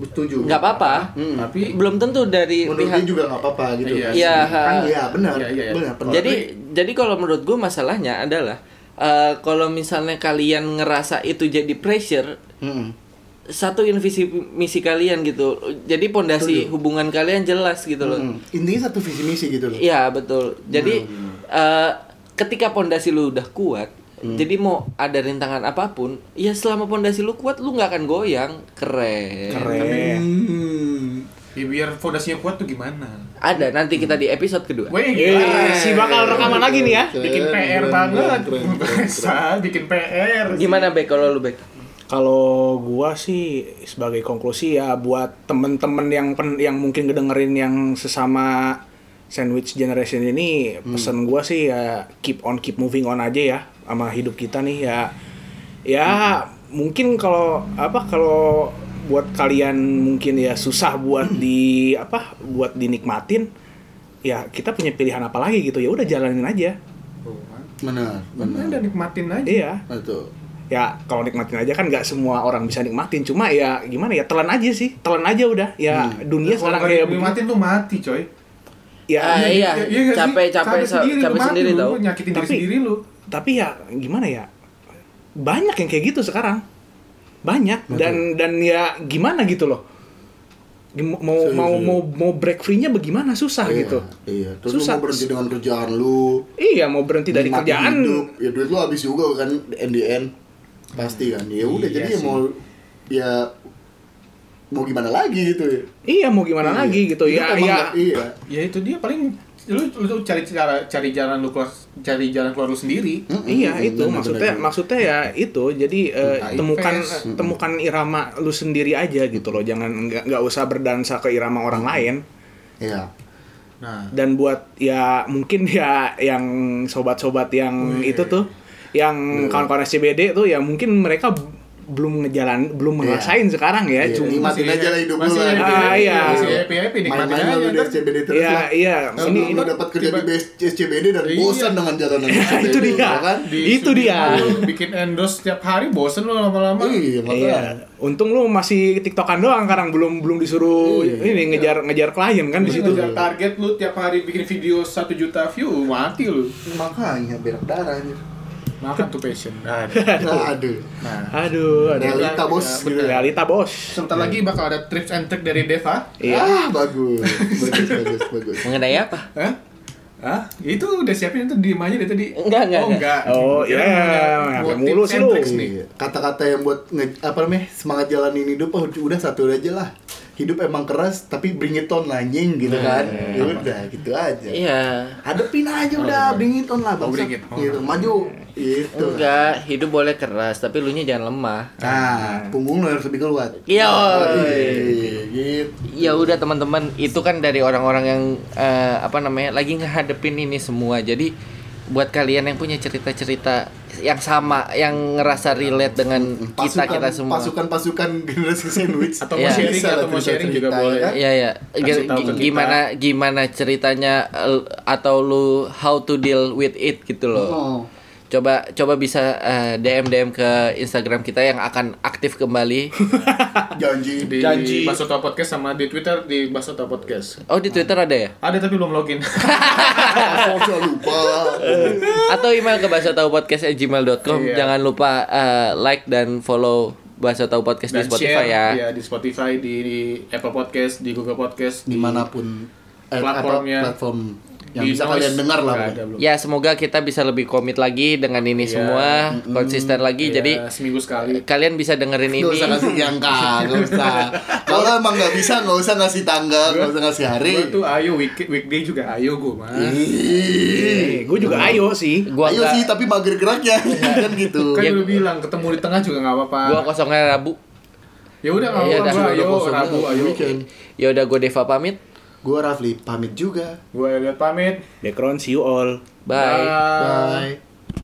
Speaker 2: Setuju.
Speaker 1: nggak apa-apa,
Speaker 2: Hmm.
Speaker 3: tapi
Speaker 1: belum tentu dari
Speaker 2: Menurut
Speaker 1: pihak
Speaker 2: dia juga nggak apa-apa gitu.
Speaker 3: Iya.
Speaker 1: Iya,
Speaker 2: Kan
Speaker 1: ha.
Speaker 2: iya benar.
Speaker 3: Iya, iya, iya.
Speaker 2: Benar. benar.
Speaker 1: jadi jadi kalau menurut gue masalahnya adalah eh, kalau misalnya kalian ngerasa itu jadi pressure
Speaker 2: Hmm.
Speaker 1: satu visi misi kalian gitu jadi pondasi hubungan kalian jelas gitu loh
Speaker 2: Hmm. Intinya satu visi misi gitu loh.
Speaker 1: Iya betul. Jadi eh, ketika pondasi lu udah kuat, jadi mau ada rintangan apapun, ya selama pondasi lu kuat, lu nggak akan goyang. Keren.
Speaker 4: Keren.
Speaker 2: Hmm.
Speaker 3: ya biar fondasinya kuat tuh gimana
Speaker 1: Ada nanti kita di episode kedua.
Speaker 3: Wih,
Speaker 4: Eh, si bakal rekaman lagi nih ya.
Speaker 3: bikin
Speaker 2: Keren,
Speaker 3: PR
Speaker 2: keren,
Speaker 3: banget
Speaker 2: keren, keren, keren.
Speaker 3: Bisa bikin PR
Speaker 1: Gimana Bek kalau lu Bek?
Speaker 4: Kalau gua sih sebagai konklusi ya buat temen-temen yang pen, yang mungkin ngedengerin yang sesama sandwich generation ini pesan gua sih ya keep on keep moving on aja ya sama hidup kita nih ya ya mungkin kalau apa kalau buat kalian mungkin ya susah buat di apa buat dinikmatin ya kita punya pilihan apa lagi gitu ya udah jalanin aja
Speaker 2: Benar.
Speaker 3: Bener,
Speaker 2: Benar.
Speaker 3: udah nikmatin aja
Speaker 4: iya
Speaker 2: Betul.
Speaker 4: ya kalau nikmatin aja kan nggak semua orang bisa nikmatin cuma ya gimana ya telan aja sih telan aja udah ya
Speaker 2: Hmm.
Speaker 4: dunia
Speaker 3: Kalau
Speaker 4: sekarang
Speaker 3: nggak
Speaker 4: kayak begitu.
Speaker 3: nikmatin tuh mati coy
Speaker 4: ya
Speaker 1: Ah, iya,
Speaker 3: nggak sih?
Speaker 1: capek capek so-
Speaker 3: lu
Speaker 1: capek
Speaker 3: mati
Speaker 1: sendiri
Speaker 3: lu,
Speaker 1: tau.
Speaker 3: lu Nyakitin diri
Speaker 4: Tapi-
Speaker 3: sendiri lu
Speaker 4: tapi ya gimana ya banyak yang kayak gitu sekarang banyak dan dan ya gimana gitu loh Gim- mau
Speaker 2: Serius,
Speaker 4: mau
Speaker 2: serius.
Speaker 4: mau mau break free-nya bagaimana susah
Speaker 2: Iya,
Speaker 4: gitu
Speaker 2: Iya. Terus lu
Speaker 4: Susah.
Speaker 2: mau berhenti dengan kerjaan lu.
Speaker 4: iya mau berhenti dari
Speaker 2: nikmatin
Speaker 4: kerjaan
Speaker 2: hidup. ya duit lu habis juga kan NDN pasti kan ya udah
Speaker 3: Iya
Speaker 2: jadi ya
Speaker 3: sih.
Speaker 2: mau ya mau gimana lagi gitu ya
Speaker 4: iya mau gimana lagi gitu
Speaker 2: Hidup emang
Speaker 4: ya ya
Speaker 2: nggak- iya
Speaker 3: Ya itu dia paling lu, lu cari cara cari jalan lu keluar cari jalan keluar lu sendiri.
Speaker 2: Mm-mm,
Speaker 4: Iya
Speaker 2: mm-mm,
Speaker 4: itu
Speaker 2: bener,
Speaker 4: maksudnya
Speaker 2: bener.
Speaker 4: maksudnya ya itu jadi eh,
Speaker 2: Nah,
Speaker 3: Entah
Speaker 4: temukan
Speaker 3: invest.
Speaker 4: temukan irama lu sendiri aja gitu loh jangan nggak nggak usah berdansa ke irama orang lain
Speaker 2: iya
Speaker 3: Nah,
Speaker 4: dan buat ya mungkin ya yang
Speaker 2: Oh, iya,
Speaker 4: sobat-sobat yang itu tuh yang kawan-kawan SCBD tuh ya mungkin mereka belum ngejalan belum ngerasain sekarang ya
Speaker 2: Iya,
Speaker 4: cuma
Speaker 2: nikmatin aja lah hidup lu
Speaker 3: masih
Speaker 2: lah.
Speaker 3: happy,
Speaker 4: Ah, iya.
Speaker 3: masih happy happy nikmatin
Speaker 2: Main-main
Speaker 3: aja
Speaker 2: lalu di
Speaker 3: ntar.
Speaker 2: SCBD terus
Speaker 4: Iya,
Speaker 2: lah.
Speaker 4: iya.
Speaker 2: Kalau lu
Speaker 4: Ini- ini-
Speaker 2: dapat kerja di BS- SCBD dan
Speaker 3: Iya.
Speaker 2: bosan dengan jalanan SCBD,
Speaker 4: itu dia
Speaker 2: ya kan?
Speaker 4: itu
Speaker 3: Di-
Speaker 4: dia
Speaker 3: lu bikin endorse setiap hari bosen lu lama-lama
Speaker 2: Iya, makanya.
Speaker 4: Iya, untung lu masih tiktokan doang sekarang belum belum disuruh
Speaker 2: Iya,
Speaker 4: ini ngejar ngejar klien kan di
Speaker 3: Lu
Speaker 4: situ.
Speaker 3: ngejar target lu tiap hari bikin video 1 juta view mati lu
Speaker 2: Makanya berak darah anjir.
Speaker 3: makan tuh passion nah,
Speaker 2: Nah, aduh.
Speaker 3: nah.
Speaker 4: Aduh, aduh.
Speaker 2: Realita bos.
Speaker 3: Ya,
Speaker 2: gitu.
Speaker 4: Realita bos.
Speaker 3: sebentar lagi bakal ada tips and trick dari Deva
Speaker 4: Iya.
Speaker 2: Ah, bagus. Bagus, bagus, bagus.
Speaker 1: Mengenai apa?
Speaker 3: Hah? Hah? Itu udah siapin itu diem aja dari tadi.
Speaker 1: Enggak, enggak,
Speaker 3: Oh,
Speaker 1: enggak.
Speaker 3: enggak.
Speaker 4: Oh,
Speaker 3: Kira
Speaker 4: iya.
Speaker 3: mau
Speaker 4: Apa
Speaker 3: tips
Speaker 4: mulu sih
Speaker 3: and
Speaker 4: lu?
Speaker 3: tricks nih.
Speaker 2: Iya. Kata-kata yang buat nge, apa namanya semangat jalanin hidup oh, udah satu aja lah. Hidup emang keras tapi bring it on lah, anjing gitu kan.
Speaker 3: Iya,
Speaker 2: Ya udah gitu aja.
Speaker 1: Iya.
Speaker 2: Hadepin aja udah bring it on lah bangsa.
Speaker 3: Oh, bring it on.
Speaker 2: Gitu, maju. Gitu.
Speaker 1: Enggak, hidup boleh keras, tapi lu nya jangan lemah.
Speaker 2: Nah, punggung lo harus lebih keluar.
Speaker 1: Iya, oi.
Speaker 2: Iya, gitu.
Speaker 1: Ya udah teman-teman, itu kan dari orang-orang yang eh, apa namanya lagi ngehadepin ini semua. Jadi buat kalian yang punya cerita-cerita yang sama, yang ngerasa relate dengan kita kita semua.
Speaker 2: Pasukan-pasukan generasi sandwich
Speaker 3: Atau mau
Speaker 1: Iya.
Speaker 3: sharing
Speaker 2: Bisa lah
Speaker 3: atau mau
Speaker 2: cerita-cerita,
Speaker 3: sharing juga
Speaker 2: ya
Speaker 3: boleh.
Speaker 2: kan?
Speaker 1: Iya ya.
Speaker 3: Kasih tahu ke kita.
Speaker 1: Gimana gimana ceritanya el- atau lu how to deal with it gitu loh.
Speaker 2: Oh.
Speaker 1: Coba coba bisa eh, DM DM ke Instagram kita yang akan aktif kembali.
Speaker 2: Janji.
Speaker 3: Di
Speaker 4: Janji.
Speaker 3: Basoto Podcast sama di Twitter di Basoto Podcast.
Speaker 1: Oh di Twitter ada ya?
Speaker 3: Ada tapi belum login.
Speaker 2: Asal saya lupa.
Speaker 1: Atau email ke bahasa tahu podcast gmail.com.
Speaker 3: Iya.
Speaker 1: Jangan lupa eh, like dan follow bahasa tahu podcast di
Speaker 3: Dan
Speaker 1: Spotify
Speaker 3: share,
Speaker 1: ya.
Speaker 3: Iya, di Spotify, di, di Apple Podcast, di Google Podcast, di
Speaker 2: Dimanapun eh,
Speaker 3: Platformnya.
Speaker 2: apa, platform yang
Speaker 3: di
Speaker 2: bisa
Speaker 3: Noise.
Speaker 2: kalian dengar lah.
Speaker 3: Nggak
Speaker 2: pokoknya.
Speaker 3: ada belum.
Speaker 1: Ya semoga kita bisa lebih komit lagi dengan ini
Speaker 3: Iya.
Speaker 1: semua, konsisten lagi.
Speaker 3: Iya,
Speaker 1: Jadi
Speaker 3: seminggu sekali.
Speaker 1: kalian bisa dengerin
Speaker 2: Nggak
Speaker 1: ini.
Speaker 2: usah kasih angka, nggak usah. Kalau emang nggak bisa, nggak usah ngasih tanggal, nggak usah ngasih hari.
Speaker 3: Gue tuh ayo week- weekday juga ayo gue mah.
Speaker 1: Iya.
Speaker 2: Ih.
Speaker 4: Gue juga ayo sih.
Speaker 1: Gua
Speaker 2: Ayo
Speaker 1: nggak-
Speaker 2: sih, tapi mager geraknya kan gitu.
Speaker 3: Kan
Speaker 1: Ya.
Speaker 3: udah bilang ketemu di tengah juga nggak apa-apa.
Speaker 1: gua kosongnya Rabu.
Speaker 3: Ya udah nggak
Speaker 1: Iya,
Speaker 3: apa-apa.
Speaker 1: dah.
Speaker 3: gua Ayo
Speaker 2: Udah kosong,
Speaker 3: Rabu
Speaker 2: udah
Speaker 3: ayo.
Speaker 2: weekend.
Speaker 1: Ya udah gue Deva pamit.
Speaker 2: Gue Rafli pamit juga.
Speaker 3: Gue lihat pamit.
Speaker 4: Background see you all.
Speaker 1: Bye.
Speaker 2: Bye.